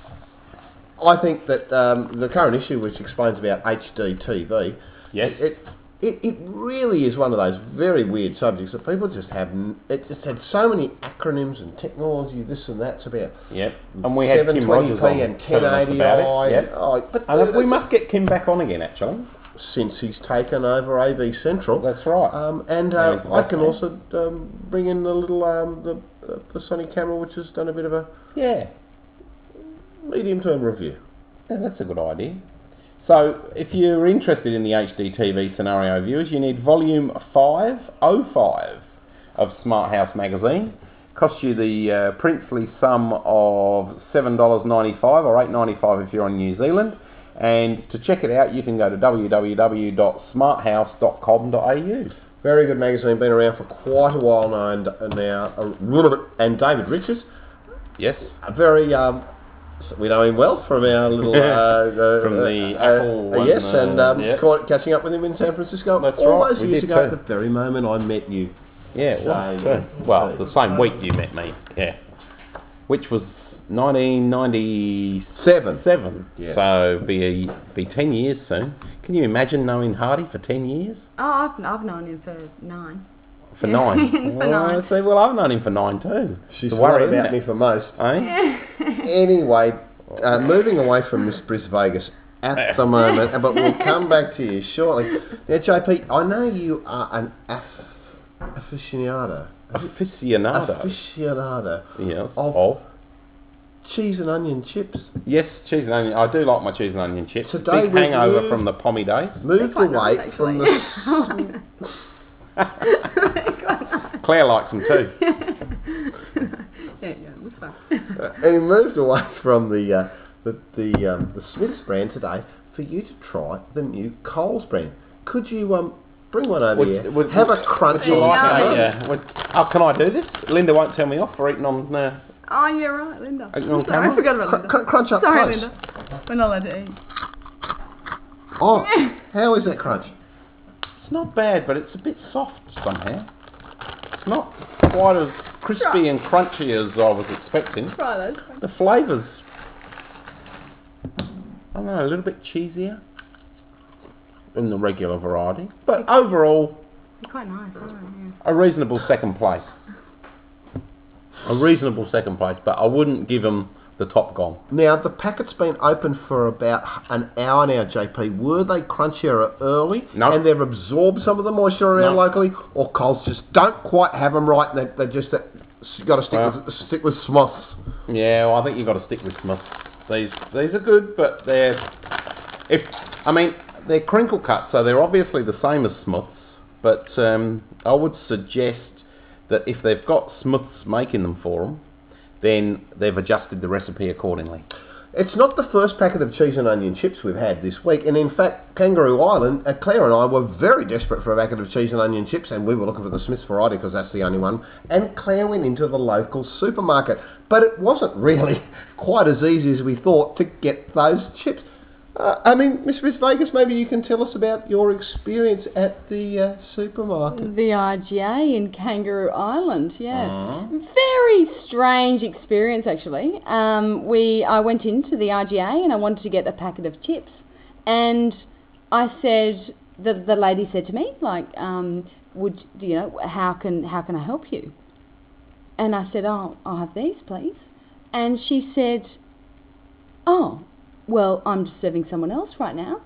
Speaker 4: I think that um, the current issue, which explains about HDTV,
Speaker 5: Yes.
Speaker 4: it, it it really is one of those very weird subjects that people just have. n- It just had so many acronyms and technology, this and that's about.
Speaker 5: Yep. And we had Kim Rogers on
Speaker 4: 720p and
Speaker 5: telling us
Speaker 4: 1080i.
Speaker 5: about it.
Speaker 4: and-
Speaker 5: Yep.
Speaker 4: oh, but
Speaker 5: And
Speaker 4: the-
Speaker 5: we must get Kim back on again, actually.
Speaker 4: since he's taken over AV Central.
Speaker 5: That's right.
Speaker 4: Um, and
Speaker 5: Now
Speaker 4: uh,
Speaker 5: he's
Speaker 4: I
Speaker 5: back,
Speaker 4: can
Speaker 5: eh?
Speaker 4: also um, bring in the little um, the uh, the Sony camera, which has done a bit of a
Speaker 5: Yeah.
Speaker 4: medium-term review.
Speaker 5: Yeah, that's a good idea. So, if you're interested in the HDTV scenario viewers, you need volume 505 of Smart House magazine. Costs you the uh, princely sum of $7.95 or $8.95 if you're on New Zealand. And to check it out, you can go to www.smarthouse.com.au.
Speaker 4: Very good magazine, been around for quite a while now, and, and now a little bit. And David Richards,
Speaker 5: Yes.
Speaker 4: a very um, s- we know him well from our little uh, uh,
Speaker 5: From the
Speaker 4: uh,
Speaker 5: Apple
Speaker 4: uh,
Speaker 5: one,
Speaker 4: yes,
Speaker 5: uh,
Speaker 4: and um,
Speaker 5: yeah.
Speaker 4: quite catching up with him in San Francisco
Speaker 5: That's
Speaker 4: all
Speaker 5: right,
Speaker 4: those
Speaker 5: we
Speaker 4: years
Speaker 5: did
Speaker 4: ago.
Speaker 5: too.
Speaker 4: At the very moment I met you,
Speaker 5: Yeah, it
Speaker 4: Same.
Speaker 5: was. too. Well, the same week you met me. Yeah. Which was 1997. Seven.
Speaker 4: Yeah.
Speaker 5: So be be 10 years soon. Can you imagine knowing Hardy for 10 years?
Speaker 6: Oh, I've, I've known him for nine.
Speaker 5: For
Speaker 6: Yeah.
Speaker 5: nine.
Speaker 6: For
Speaker 5: well,
Speaker 6: nine.
Speaker 5: See, well, I've known him for nine too.
Speaker 4: she's
Speaker 5: It's a worry,
Speaker 4: worried about
Speaker 5: isn't
Speaker 4: me
Speaker 5: it?
Speaker 4: for most.
Speaker 5: Eh?
Speaker 4: Anyway, uh, moving away from Miss Bris Vegas
Speaker 5: Eh.
Speaker 4: at the moment, uh, but we'll come back to you shortly. Now, JP, I know you are an aff- aficionado,
Speaker 5: Aficionado.
Speaker 4: aficionado
Speaker 5: Yes.
Speaker 4: of-
Speaker 5: Of.
Speaker 4: cheese and onion chips.
Speaker 5: Yes, cheese and onion. I do like my cheese and onion chips.
Speaker 4: Today
Speaker 5: Big
Speaker 4: we've
Speaker 5: hangover
Speaker 4: moved-
Speaker 5: from the pommy days.
Speaker 4: Moved
Speaker 6: Quite nice,
Speaker 4: away from
Speaker 6: actually. Oh
Speaker 4: the
Speaker 6: I like that.
Speaker 5: Claire likes them too.
Speaker 6: yeah, yeah, it was fun.
Speaker 4: and he moved away from the uh, the the, um, the Smiths brand today for you to try the new Coles brand. Could you um bring one over
Speaker 5: Would-
Speaker 4: here?
Speaker 5: would-
Speaker 4: Have a crunch.
Speaker 6: you
Speaker 4: and
Speaker 6: like
Speaker 4: have
Speaker 6: it?
Speaker 4: a-
Speaker 5: Yeah. What- Oh, can I do this? Linda won't tell me off for eating on uh,
Speaker 6: Oh, yeah, right, Linda.
Speaker 5: Are you on
Speaker 6: I'm sorry,
Speaker 5: camera?
Speaker 6: I forgot about
Speaker 4: Cr-
Speaker 6: Linda.
Speaker 4: cr- crunch up
Speaker 6: Sorry,
Speaker 4: close.
Speaker 6: Linda. We're not allowed to eat.
Speaker 4: Oh, how is that crunch?
Speaker 5: It's not bad, but it's a bit soft somehow. It's not quite as crispy and crunchy as I was expecting.
Speaker 6: Try those.
Speaker 5: The flavours, I don't know, a little bit cheesier than the regular variety, but overall,
Speaker 6: They're quite nice, aren't
Speaker 5: a reasonable second place. A reasonable second place, but I wouldn't give them the top gong.
Speaker 4: Now the packet's been open for about h- an hour now, JP. Were they crunchier early,
Speaker 5: No.
Speaker 4: and they've absorbed some of the moisture around
Speaker 5: No.
Speaker 4: locally, or Coles just don't quite have them right, and they they just uh, got to stick
Speaker 5: Well.
Speaker 4: with stick with Smiths.
Speaker 5: Yeah, well, I think you've got to stick with Smith. These these are good, but they're if I mean they're crinkle cut, so they're obviously the same as Smiths. But um, I would suggest that if they've got Smiths making them for them, then they've adjusted the recipe accordingly.
Speaker 4: It's not the first packet of cheese and onion chips we've had this week, and in fact, Kangaroo Island, uh, Claire and I were very desperate for a packet of cheese and onion chips, and we were looking for the Smiths variety because that's the only one. And Claire went into the local supermarket, but it wasn't really quite as easy as we thought to get those chips. Uh, I mean, Miss Miss Vegas, maybe you can tell us about your experience at the uh, supermarket.
Speaker 6: The IGA in Kangaroo Island, yeah. Very strange experience, actually. Um, we I went into the IGA and I wanted to get a packet of chips, and I said the the lady said to me like, um, would you know how can how can I help you? And I said, oh, I'll have these, please. And she said, oh, well, I'm just serving someone else right now.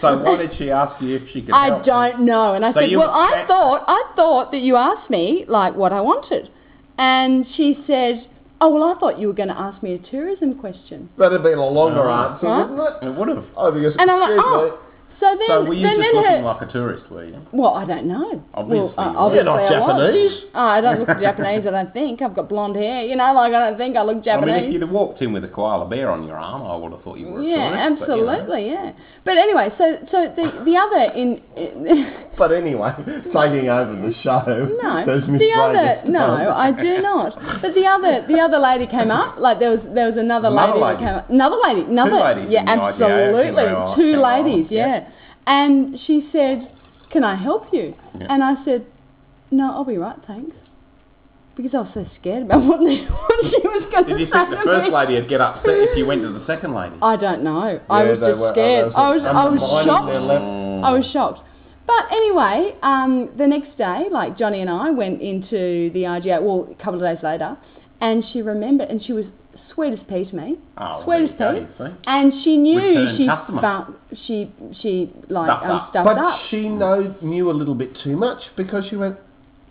Speaker 5: So why did she ask you if she could
Speaker 6: I
Speaker 5: help?
Speaker 6: don't know. And I
Speaker 5: So
Speaker 6: said,
Speaker 5: you eh
Speaker 6: well,
Speaker 5: were-
Speaker 6: I thought, I thought that you asked me like what I wanted, and she said, oh well, I thought you were going to ask me a tourism question,
Speaker 4: That'd have been a longer
Speaker 5: Uh-huh.
Speaker 4: answer,
Speaker 6: Huh?
Speaker 4: wouldn't it?
Speaker 5: It would have.
Speaker 4: Oh, because
Speaker 6: and I'm like,
Speaker 4: excuse
Speaker 6: oh. So then,
Speaker 5: So were you
Speaker 6: then,
Speaker 5: just
Speaker 6: then
Speaker 5: looking
Speaker 6: her,
Speaker 5: like a tourist, were you?
Speaker 6: well, I don't know.
Speaker 5: Obviously
Speaker 6: well, I-
Speaker 5: you
Speaker 4: me,
Speaker 5: were.
Speaker 4: you're not
Speaker 6: obviously I was.
Speaker 4: Japanese.
Speaker 6: Oh, I don't look Japanese. I don't think I've got blonde hair. You know, like I don't think I look
Speaker 5: I
Speaker 6: Japanese.
Speaker 5: mean, if you'd have walked in with a koala bear on your arm, I would have thought you were a
Speaker 6: yeah,
Speaker 5: tourist. but, you know.
Speaker 6: absolutely, yeah. But anyway, so so the the other in
Speaker 4: But anyway, taking over the show.
Speaker 6: No,
Speaker 4: there's Miss
Speaker 6: the other
Speaker 4: Vegas.
Speaker 6: no, I do not. But the other the other lady came up. Like there was there was another
Speaker 5: Another
Speaker 6: lady,
Speaker 5: lady.
Speaker 6: that came up. Another lady, another
Speaker 5: ladies
Speaker 6: yeah,
Speaker 5: in the IGA,
Speaker 6: absolutely,
Speaker 5: Kangaroo
Speaker 6: two
Speaker 5: Island,
Speaker 6: ladies,
Speaker 5: yeah.
Speaker 6: yeah. And she said, "Can I help you?"
Speaker 5: Yeah.
Speaker 6: And I said, "No, I'll be right, thanks." Because I was so scared about what, the, what she was going
Speaker 5: Did
Speaker 6: to
Speaker 5: you
Speaker 6: say
Speaker 5: think the
Speaker 6: to
Speaker 5: first
Speaker 6: me.
Speaker 5: lady would get upset if you went to the second lady?
Speaker 6: I don't know. I
Speaker 4: Yeah,
Speaker 6: was
Speaker 4: they
Speaker 6: just
Speaker 4: were- oh,
Speaker 6: scared.
Speaker 4: those
Speaker 6: I
Speaker 4: were
Speaker 6: was I was
Speaker 4: undermining their
Speaker 6: shocked.
Speaker 4: level.
Speaker 6: I was shocked. But anyway, um, the next day, like Johnny and I went into the RGA, well, a couple of days later, and she remembered, and she was sweet as pea to me.
Speaker 5: Oh,
Speaker 6: sweet as
Speaker 5: there you
Speaker 6: pea.
Speaker 5: go, you see.
Speaker 6: And she knew
Speaker 5: Return
Speaker 6: she,
Speaker 5: customer.
Speaker 6: fu- she she like
Speaker 5: Stuffed
Speaker 6: um,
Speaker 5: up.
Speaker 6: stuffed
Speaker 4: But
Speaker 6: up.
Speaker 4: she know, knew a little bit too much because she went,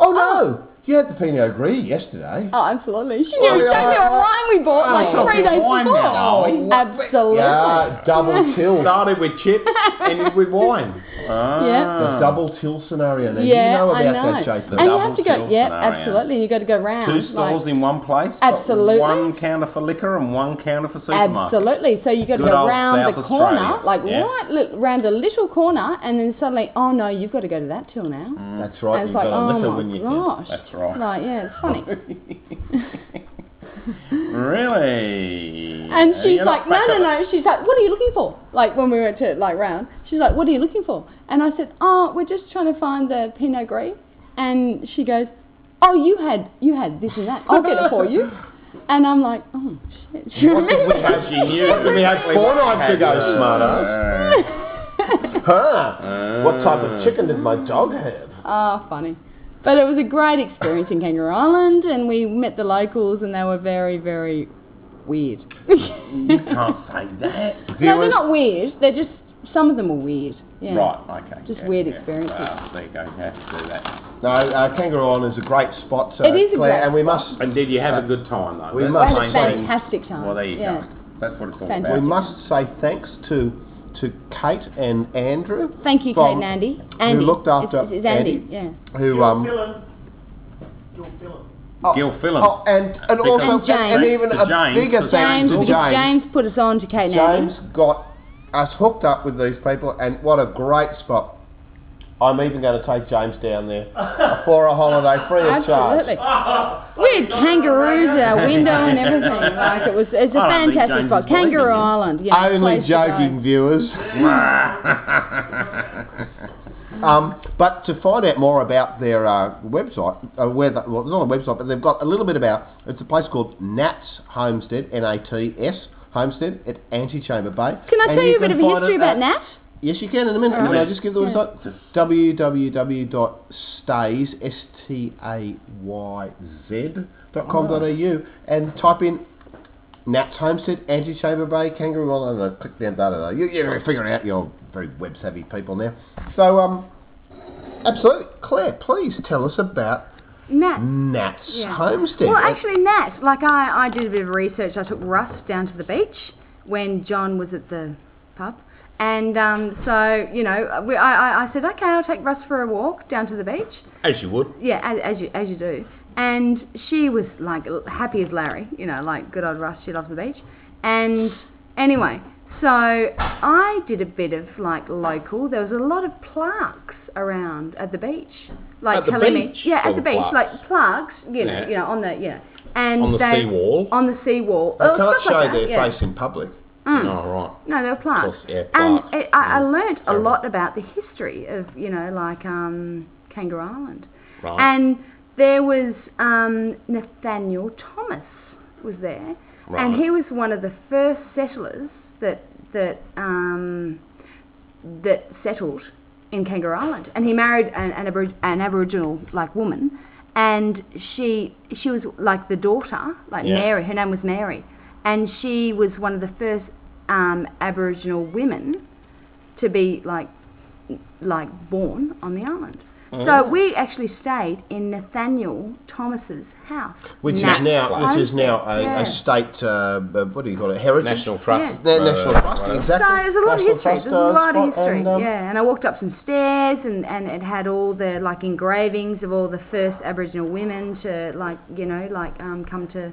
Speaker 4: oh no, you had the Pinot Gris yesterday.
Speaker 6: Oh, absolutely. She
Speaker 4: Well,
Speaker 6: knew exactly
Speaker 4: yeah.
Speaker 6: what wine we bought
Speaker 5: Oh,
Speaker 6: like three days
Speaker 5: wine
Speaker 6: before.
Speaker 5: now, Oh, are we?
Speaker 6: Absolutely.
Speaker 4: Yeah, double till.
Speaker 5: Started with chips, ended with wine.
Speaker 4: The
Speaker 5: Ah.
Speaker 4: double till scenario. Now,
Speaker 6: yeah,
Speaker 4: you know about
Speaker 6: I know.
Speaker 4: that, Jason.
Speaker 6: and you
Speaker 5: Double
Speaker 6: have to go,
Speaker 5: till
Speaker 6: yeah,
Speaker 5: scenario.
Speaker 6: absolutely. And you got to go round.
Speaker 5: Two
Speaker 6: like-
Speaker 5: stalls in one place.
Speaker 6: Absolutely.
Speaker 5: One counter for liquor and one counter for supermarket.
Speaker 6: Absolutely. So you got to
Speaker 5: Good
Speaker 6: go
Speaker 5: old
Speaker 6: round
Speaker 5: South
Speaker 6: the corner,
Speaker 5: Australia,
Speaker 6: like
Speaker 5: yeah.
Speaker 6: right li- round a little corner, and then suddenly, oh no, you've got to go to that till now.
Speaker 5: Mm.
Speaker 4: Mm. That's
Speaker 6: And
Speaker 4: right,
Speaker 6: it's
Speaker 4: you've
Speaker 6: like,
Speaker 4: got a
Speaker 6: oh
Speaker 4: liquor
Speaker 6: my
Speaker 4: when you
Speaker 6: gosh.
Speaker 5: That's right.
Speaker 6: Like, yeah, it's funny.
Speaker 5: really?
Speaker 6: And she's
Speaker 5: You're
Speaker 6: like,
Speaker 5: not back
Speaker 6: no, no,
Speaker 5: up-
Speaker 6: no. She's like, what are you looking for? Like when we went to like round, she's like, what are you looking for? And I said, oh, we're just trying to find the Pinot Gris. And she goes, oh, you had you had this and that. I'll get it for you. And I'm like, oh shit. She remembers.
Speaker 5: We hope she knew.
Speaker 4: we had four nights ago, smarto.
Speaker 5: smarter.
Speaker 4: Huh?
Speaker 5: Ah,
Speaker 4: What type of chicken did my dog have?
Speaker 6: Ah, funny. But it was a great experience in Kangaroo Island, and we met the locals, and they were very, very weird.
Speaker 5: You can't say that.
Speaker 6: no, they're not weird. They're just some of them are weird. Yeah.
Speaker 5: Right, okay.
Speaker 6: Just
Speaker 5: yeah,
Speaker 6: weird
Speaker 5: yeah.
Speaker 6: experiences.
Speaker 5: Ah, there you go, you have to do that.
Speaker 4: No, uh, Kangaroo Island is a great spot. Uh,
Speaker 6: It is a
Speaker 4: Claire,
Speaker 6: great
Speaker 4: and we
Speaker 6: spot.
Speaker 4: must
Speaker 5: And did you have a good time, though?
Speaker 4: We
Speaker 5: That's
Speaker 4: must.
Speaker 5: the
Speaker 4: Well,
Speaker 6: Had a
Speaker 5: main thing.
Speaker 6: fantastic time.
Speaker 5: Well, there you
Speaker 6: yeah.
Speaker 5: go. That's what it's all
Speaker 6: Fantastic.
Speaker 5: about.
Speaker 4: we must say thanks to to Kate and Andrew.
Speaker 6: Thank you, Kate
Speaker 4: from-
Speaker 6: and Andy. Andy.
Speaker 4: looked after
Speaker 6: It's- it's Andy.
Speaker 4: Andy.
Speaker 6: Yeah.
Speaker 4: Who um
Speaker 9: Dylan. You're Dylan.
Speaker 4: oh,
Speaker 5: Gil Phillips.
Speaker 4: oh, and and
Speaker 5: Because-
Speaker 4: also
Speaker 6: And James.
Speaker 4: and even
Speaker 5: To
Speaker 4: a
Speaker 5: James,
Speaker 4: bigger
Speaker 5: to
Speaker 4: thanks
Speaker 6: James,
Speaker 4: to
Speaker 6: because
Speaker 4: James.
Speaker 6: James put us on to Kate and
Speaker 4: James
Speaker 6: Andy.
Speaker 4: got us hooked up with these people, and what a great spot. I'm even going to take James down there for a holiday free of
Speaker 6: Absolutely.
Speaker 4: charge.
Speaker 6: We had kangaroos at our window and everything. Like it was, it's a
Speaker 5: I don't think
Speaker 6: fantastic
Speaker 5: James
Speaker 6: spot.
Speaker 5: Ah, is believing
Speaker 6: Kangaroo
Speaker 5: you.
Speaker 6: Island. Yeah,
Speaker 5: Oh,
Speaker 4: Only
Speaker 6: place to go.
Speaker 4: joking, viewers. Um, but to find out more about their uh, website, uh, where the, well, it's not a website, but they've got a little bit about. It's a place called Nats Homestead, N-A-T-S Homestead at Antechamber Bay.
Speaker 6: Can I
Speaker 4: And
Speaker 6: tell you a bit
Speaker 4: can
Speaker 6: of
Speaker 4: find
Speaker 6: history
Speaker 4: it
Speaker 6: about
Speaker 4: at-
Speaker 6: Nat?
Speaker 4: Yes, you can in a minute.
Speaker 6: All
Speaker 4: Can I
Speaker 6: right.
Speaker 4: just give the
Speaker 6: Yeah.
Speaker 4: website? www.stays, S-T-A-Y-Z dot com E dot au and type in Nat's Homestead, Antechamber Bay, Kangaroo Island, and click down, da da da. You, you're figuring out you're very web savvy people now. So, um, absolutely. Claire, please tell us about
Speaker 6: Nat.
Speaker 4: Nat's
Speaker 6: Yeah.
Speaker 4: Homestead.
Speaker 6: Well, actually, Nat, like I, I did a bit of research. I took Russ down to the beach when John was at the pub. And um, so, you know, we, I, I- I said, okay, I'll take Russ for a walk down to the beach.
Speaker 5: As you would.
Speaker 6: Yeah, as, as, you, as you do.
Speaker 7: And she was like l- happy as Larry, you know, like good old Russ, she loves the beach. And anyway, so I did a bit of like local. There was a lot of plaques around at the beach, like
Speaker 4: At the
Speaker 7: telling me,
Speaker 4: beach?
Speaker 7: yeah,
Speaker 4: Or
Speaker 7: at the beach,
Speaker 4: plaques?
Speaker 7: like plaques, you know,
Speaker 4: Yeah.
Speaker 7: you know, on the yeah, and
Speaker 4: On the
Speaker 7: they-
Speaker 4: seawall?
Speaker 7: on the seawall.
Speaker 4: They
Speaker 7: Oh,
Speaker 4: can't
Speaker 7: stuff
Speaker 4: show
Speaker 7: like that,
Speaker 4: their
Speaker 7: yeah.
Speaker 4: face in public.
Speaker 7: Mm.
Speaker 4: Oh, right.
Speaker 7: No, they were plaques.
Speaker 4: course, yeah, plaques.
Speaker 7: And it, I, I
Speaker 4: Mm,
Speaker 7: learnt a
Speaker 4: terrible.
Speaker 7: lot about the history of, you know, like um, Kangaroo Island.
Speaker 4: Right.
Speaker 7: And there was um, Nathaniel Thomas was there,
Speaker 4: Right.
Speaker 7: and he was one of the first settlers that that um, that settled in Kangaroo Island, and he married an, an, Abori- an Aboriginal like woman, and she she was like the daughter, like
Speaker 4: Yeah.
Speaker 7: Mary. Her name was Mary, and she was one of the first um, Aboriginal women to be like like born on the island.
Speaker 4: Oh.
Speaker 7: So we actually stayed in Nathaniel Thomas's house,
Speaker 4: Which is
Speaker 7: Nat-
Speaker 4: now, which is now a,
Speaker 7: Yeah.
Speaker 4: a state, uh, b- what do you call it, heritage?
Speaker 5: National Trust.
Speaker 7: Yeah.
Speaker 4: Na-
Speaker 5: Uh,
Speaker 4: National Trust,
Speaker 5: right.
Speaker 4: exactly.
Speaker 7: So there's a lot of
Speaker 4: National
Speaker 7: history.
Speaker 4: Trust,
Speaker 7: There's a
Speaker 4: uh,
Speaker 7: lot of
Speaker 4: spot
Speaker 7: history.
Speaker 4: and, um,
Speaker 7: yeah, and I walked up some stairs, and and it had all the like engravings of all the first Aboriginal women to like you know like um come to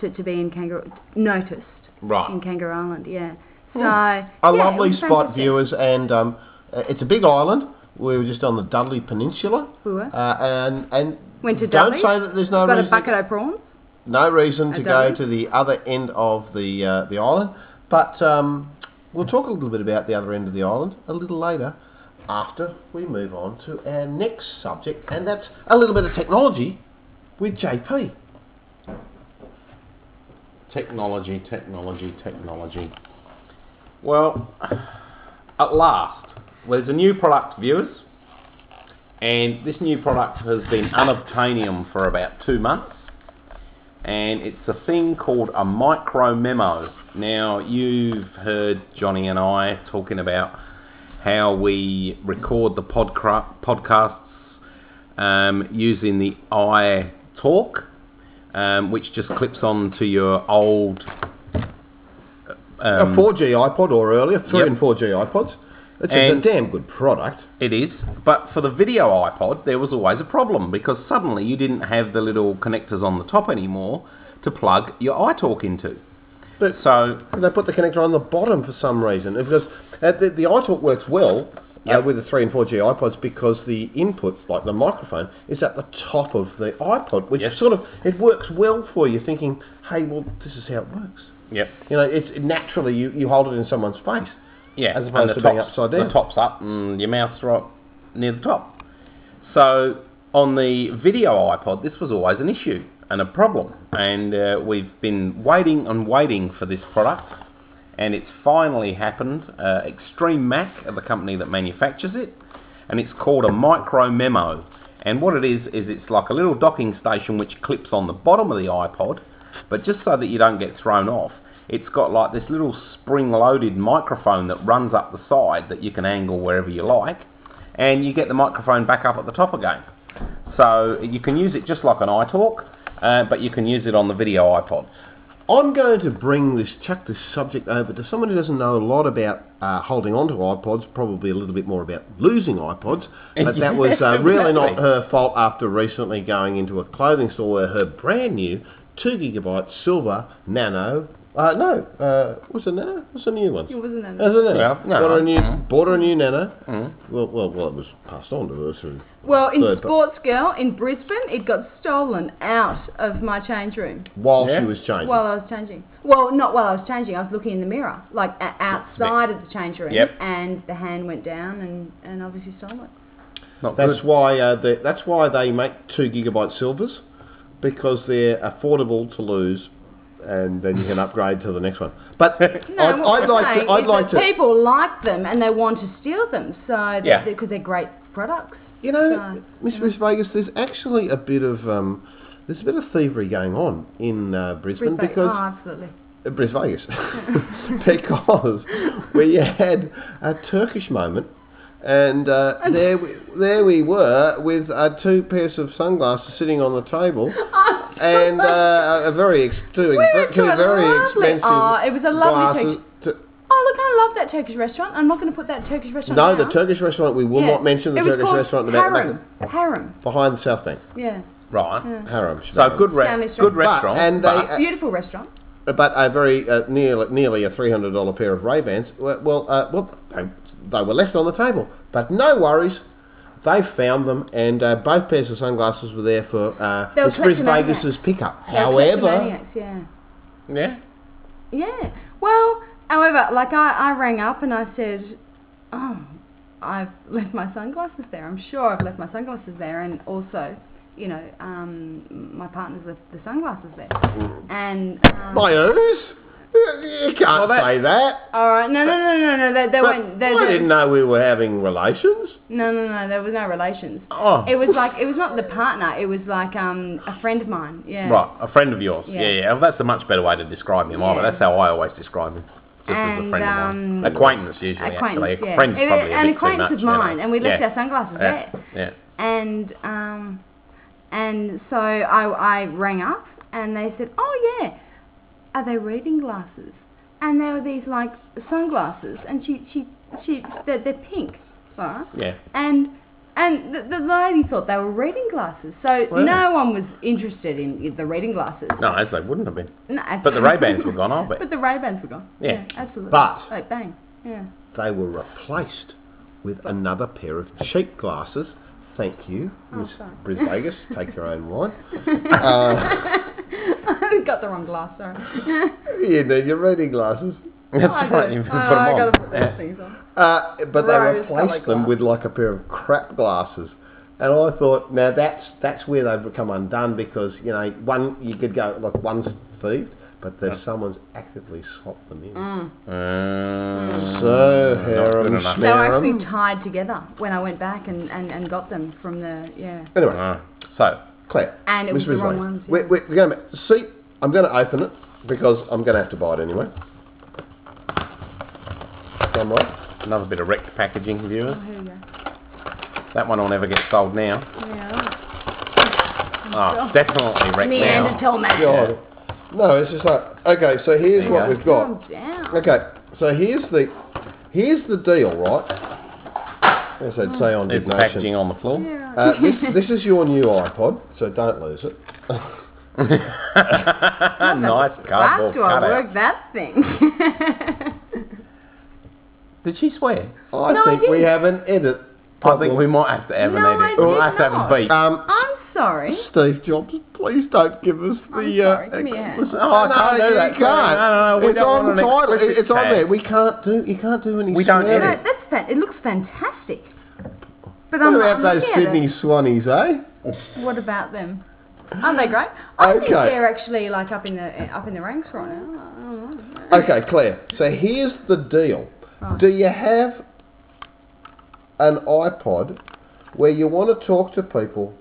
Speaker 7: to, to be in Kangaroo noticed
Speaker 4: Right.
Speaker 7: in Kangaroo Island. Yeah. So
Speaker 4: Ah. Hmm. A
Speaker 7: yeah, it
Speaker 4: lovely
Speaker 7: was
Speaker 4: spot,
Speaker 7: fantastic.
Speaker 4: viewers, and um, uh, it's a big island. We were just on the Dudley Peninsula.
Speaker 7: We were.
Speaker 4: Uh, and and
Speaker 7: Went to
Speaker 4: don't
Speaker 7: Dudley's,
Speaker 4: say that there's no
Speaker 7: Got a
Speaker 4: reason.
Speaker 7: bucket of prawns.
Speaker 4: no reason to
Speaker 7: at
Speaker 4: go
Speaker 7: Dudley's.
Speaker 4: to the other end of the uh, the island. But um, we'll talk a little bit about the other end of the island a little later, after we move on to our next subject, and that's a little bit of technology with JP.
Speaker 5: Technology, technology, technology. Well, at last, there's a new product, viewers, and this new product has been unobtainium for about two months, and it's a thing called a micro memo. Now, you've heard Johnny and I talking about how we record the podcra- podcasts um, using the iTalk, um, which just clips on to your old. uh, um,
Speaker 4: a 4G iPod or earlier, 3
Speaker 5: Yep.
Speaker 4: and 4G iPods. It's a
Speaker 5: And-
Speaker 4: damn good product.
Speaker 5: It is, but for the video iPod, there was always a problem because suddenly you didn't have the little connectors on the top anymore to plug your iTalk into.
Speaker 4: But
Speaker 5: So,
Speaker 4: They put the connector on the bottom for some reason because uh, the, the iTalk works well uh,
Speaker 5: Yep.
Speaker 4: with the 3 and 4G iPods because the input, like the microphone, is at the top of the iPod, which
Speaker 5: Yes.
Speaker 4: sort of it works well for you thinking, hey, well, this is how it works.
Speaker 5: yep,
Speaker 4: You know, it's it naturally you, you hold it in someone's face.
Speaker 5: yeah,
Speaker 4: As opposed
Speaker 5: and the
Speaker 4: to being
Speaker 5: top's-
Speaker 4: upside down.
Speaker 5: The top's up and your mouth's right near the top. So, on the video iPod, this was always an issue and a problem, and uh, we've been waiting and waiting for this product, and it's finally happened. Uh, Extreme Mac, are the company that manufactures it, and it's called a micro memo. And what it is is it's like a little docking station which clips on the bottom of the iPod, but just so that you don't get thrown off, it's got like this little spring-loaded microphone that runs up the side that you can angle wherever you like, and you get the microphone back up at the top again. So you can use it just like an iTalk, uh, but you can use it on the video iPod.
Speaker 4: I'm going to bring this, chuck this subject over to someone who doesn't know a lot about uh, holding on to iPods, probably a little bit more about losing iPods. But that was uh, really not
Speaker 5: Exactly.
Speaker 4: her fault after recently going into a clothing store where her brand new 2 gigabyte silver nano. Uh, no, uh, was it nano? It was a new one.
Speaker 7: It wasn't
Speaker 4: It
Speaker 7: that.
Speaker 4: was a nano.
Speaker 5: Well, no.
Speaker 4: Bought her a new, bought her a new nano.
Speaker 5: Mm.
Speaker 4: Well, well, well, it was passed on to her through.
Speaker 7: Well, in
Speaker 4: Third part.
Speaker 7: Sports Girl in Brisbane, it got stolen out of my change room
Speaker 4: While
Speaker 5: Yeah.
Speaker 4: she was changing.
Speaker 7: while I was changing. Well, not while I was changing. I was looking in the mirror, like o- outside of the change room,
Speaker 5: Yep.
Speaker 7: and the hand went down and, and obviously stole it.
Speaker 5: Not
Speaker 4: That's
Speaker 5: good.
Speaker 4: why uh, the, that's why they make two gigabyte silvers because they're affordable to lose, and then you can upgrade to the next one. But
Speaker 7: No,
Speaker 4: I'd, I'd
Speaker 7: what I'm
Speaker 4: like
Speaker 7: saying
Speaker 4: to. I'd
Speaker 7: is
Speaker 4: like
Speaker 7: that
Speaker 4: to.
Speaker 7: People like them and they want to steal them, so
Speaker 5: Yeah.
Speaker 7: because they're great products.
Speaker 4: You
Speaker 7: No,
Speaker 4: know, Miss Miss Vegas, there's actually a bit of um, there's a bit of thievery going on in uh, Brisbane,
Speaker 7: Brisbane-
Speaker 4: because
Speaker 7: oh, absolutely.
Speaker 4: uh, Bris Vegas because we had a Turkish moment, and uh,
Speaker 7: Oh.
Speaker 4: there we, there we were with uh, two pairs of sunglasses sitting on the table, and uh, a very ex- two
Speaker 7: Oh, We
Speaker 4: ex-
Speaker 7: went
Speaker 4: two
Speaker 7: to a
Speaker 4: very
Speaker 7: lovely-
Speaker 4: expensive
Speaker 7: oh, it was a lovely
Speaker 4: glasses to-
Speaker 7: Oh look, I love that Turkish restaurant. I'm not going to put that Turkish restaurant.
Speaker 4: no,
Speaker 7: down.
Speaker 4: the Turkish restaurant. We will
Speaker 7: Yeah.
Speaker 4: not mention the
Speaker 7: it was
Speaker 4: Turkish
Speaker 7: called
Speaker 4: restaurant in the back-
Speaker 7: Harem. Harem.
Speaker 4: behind the South Bank.
Speaker 7: Yeah.
Speaker 5: Right.
Speaker 7: Mm.
Speaker 4: Harum
Speaker 5: So
Speaker 4: Shabam.
Speaker 5: good,
Speaker 7: Down
Speaker 5: re-
Speaker 7: this
Speaker 5: good
Speaker 7: road.
Speaker 5: restaurant.
Speaker 4: and they,
Speaker 5: but-
Speaker 4: uh,
Speaker 7: Beautiful restaurant.
Speaker 4: but a very uh, nearly, nearly a three hundred dollar pair of Ray Bans. Well, uh, well, they, they were left on the table, but no worries. They found them, and uh, both pairs of sunglasses were there for uh,
Speaker 7: They were
Speaker 4: the Spritz
Speaker 7: kleptomaniacs.
Speaker 4: Vegas' pickup.
Speaker 7: They were
Speaker 4: However,
Speaker 7: kleptomaniacs, yeah.
Speaker 5: yeah.
Speaker 7: Yeah. Well, however, like I, I rang up and I said, oh, I've left my sunglasses there. I'm sure I've left my sunglasses there. And also, you know, um, my partner's left the sunglasses there. And. Um,
Speaker 4: my owners, you can't
Speaker 5: that-
Speaker 4: say that.
Speaker 7: all right. No, no, no, no, no. They, they
Speaker 4: But
Speaker 7: weren't. They,
Speaker 4: I
Speaker 7: they-
Speaker 4: didn't know we were having relations.
Speaker 7: No, no, no. There was no relations.
Speaker 5: Oh.
Speaker 7: It was like it was not the partner. It was like um a friend of mine. Yeah.
Speaker 5: Right, a friend of yours. Yeah,
Speaker 7: Yeah.
Speaker 5: yeah. Well, that's a much better way to describe him. I,
Speaker 7: Yeah.
Speaker 5: that's how I always describe him. Just as a
Speaker 7: And,
Speaker 5: friend of mine.
Speaker 7: um,
Speaker 5: Acquaintance, usually,
Speaker 7: Acquaintance.
Speaker 5: actually.
Speaker 7: yeah.
Speaker 5: Friend's
Speaker 7: It-
Speaker 5: probably a
Speaker 7: an
Speaker 5: bit too
Speaker 7: acquaintance
Speaker 5: much,
Speaker 7: of
Speaker 5: you know.
Speaker 7: mine, and we left
Speaker 5: Yeah.
Speaker 7: our sunglasses
Speaker 5: yeah.
Speaker 7: there.
Speaker 5: Yeah.
Speaker 7: and um, and so I, I rang up and they said, oh yeah, are they reading glasses? And they were these like sunglasses, and she she she they're, they're pink, right?
Speaker 5: Yeah.
Speaker 7: And and the, the lady thought they were reading glasses, so
Speaker 5: Well.
Speaker 7: no one was interested in the reading glasses.
Speaker 5: No, as they wouldn't have been.
Speaker 7: No,
Speaker 5: But the Ray-Bans were gone, aren't they?
Speaker 7: But the Ray Bans were gone.
Speaker 5: Yeah.
Speaker 7: absolutely.
Speaker 4: But-
Speaker 7: like bang, yeah.
Speaker 4: They were replaced with another pair of cheap glasses. Thank you,
Speaker 7: Oh,
Speaker 4: Miss
Speaker 7: sorry.
Speaker 4: Bris Vegas. Take your own wine.
Speaker 7: I got the wrong glass. Sorry.
Speaker 4: You need your reading glasses.
Speaker 5: That's
Speaker 7: I
Speaker 5: right,
Speaker 7: got-
Speaker 5: you put
Speaker 7: I-
Speaker 5: them
Speaker 7: Oh, I
Speaker 5: on.
Speaker 7: gotta put these
Speaker 5: Yeah.
Speaker 7: things on.
Speaker 4: Uh, but they
Speaker 7: Rose coloured
Speaker 4: replaced them
Speaker 7: glass.
Speaker 4: with like a pair of crap glasses. And I thought, now that's that's where they've become undone because you know one you could go like one's thieved, but then someone's actively swapped them in.
Speaker 5: Mm,
Speaker 4: So
Speaker 5: not good
Speaker 4: harem
Speaker 5: enough.
Speaker 7: They were
Speaker 4: smarum.
Speaker 7: actually tied together when I went back and, and, and got them from the yeah.
Speaker 4: Anyway,
Speaker 5: Ah, so,
Speaker 4: Claire.
Speaker 7: And it was
Speaker 4: Miss
Speaker 7: the
Speaker 4: Risley,
Speaker 7: wrong ones, yeah.
Speaker 4: We're, we're going to see. I'm going to open it because I'm going to have to buy it anyway. Am I?
Speaker 5: another bit of wrecked packaging, viewers.
Speaker 7: Oh, here we go.
Speaker 5: That one will never get sold now.
Speaker 7: Yeah.
Speaker 5: Oh, definitely wrecked now.
Speaker 7: Neanderthal man.
Speaker 4: God. No, it's just like okay. So here's
Speaker 5: There you
Speaker 4: what
Speaker 5: go.
Speaker 4: we've got.
Speaker 7: Calm down.
Speaker 4: Okay, so here's the here's the deal, right? As I'd say on
Speaker 5: There's the
Speaker 4: dignation.
Speaker 5: packaging on the floor.
Speaker 7: Yeah.
Speaker 4: Uh, this, this is your new iPod, so don't lose it.
Speaker 5: nice
Speaker 7: How
Speaker 5: cardboard
Speaker 7: do I
Speaker 5: cutout.
Speaker 7: work that thing?
Speaker 5: Did she swear?
Speaker 4: I
Speaker 7: No, I
Speaker 4: think we
Speaker 7: didn't.
Speaker 4: have an edit.
Speaker 5: I think we might have to have
Speaker 7: No,
Speaker 5: an edit.
Speaker 7: I
Speaker 5: We'll
Speaker 7: did
Speaker 5: have to have a
Speaker 7: not.
Speaker 5: beat.
Speaker 4: Um,
Speaker 7: I'm sorry.
Speaker 4: Steve Jobs, please don't give us the.
Speaker 7: I'm
Speaker 4: Uh,
Speaker 7: sorry, give me a hand.
Speaker 4: listen-
Speaker 5: No, I can't do
Speaker 4: you
Speaker 5: that,
Speaker 4: Can't.
Speaker 5: sorry. No, no, no, we
Speaker 4: it's
Speaker 5: don't
Speaker 4: on
Speaker 5: want an
Speaker 4: title, it-
Speaker 5: explicit
Speaker 4: It's on
Speaker 5: tag.
Speaker 4: there. We can't do. You can't do any.
Speaker 5: We don't
Speaker 4: swearing.
Speaker 7: No,
Speaker 5: edit.
Speaker 7: that's fan- it looks fantastic. But I'm
Speaker 4: What
Speaker 7: not
Speaker 4: about those Sydney Swannies, eh?
Speaker 7: What about them? Aren't they great? I think
Speaker 4: Okay.
Speaker 7: they're actually like up in the up in the ranks right now. I don't know.
Speaker 4: Okay, Claire. So here's the deal. Do you have an iPod where you want to talk to people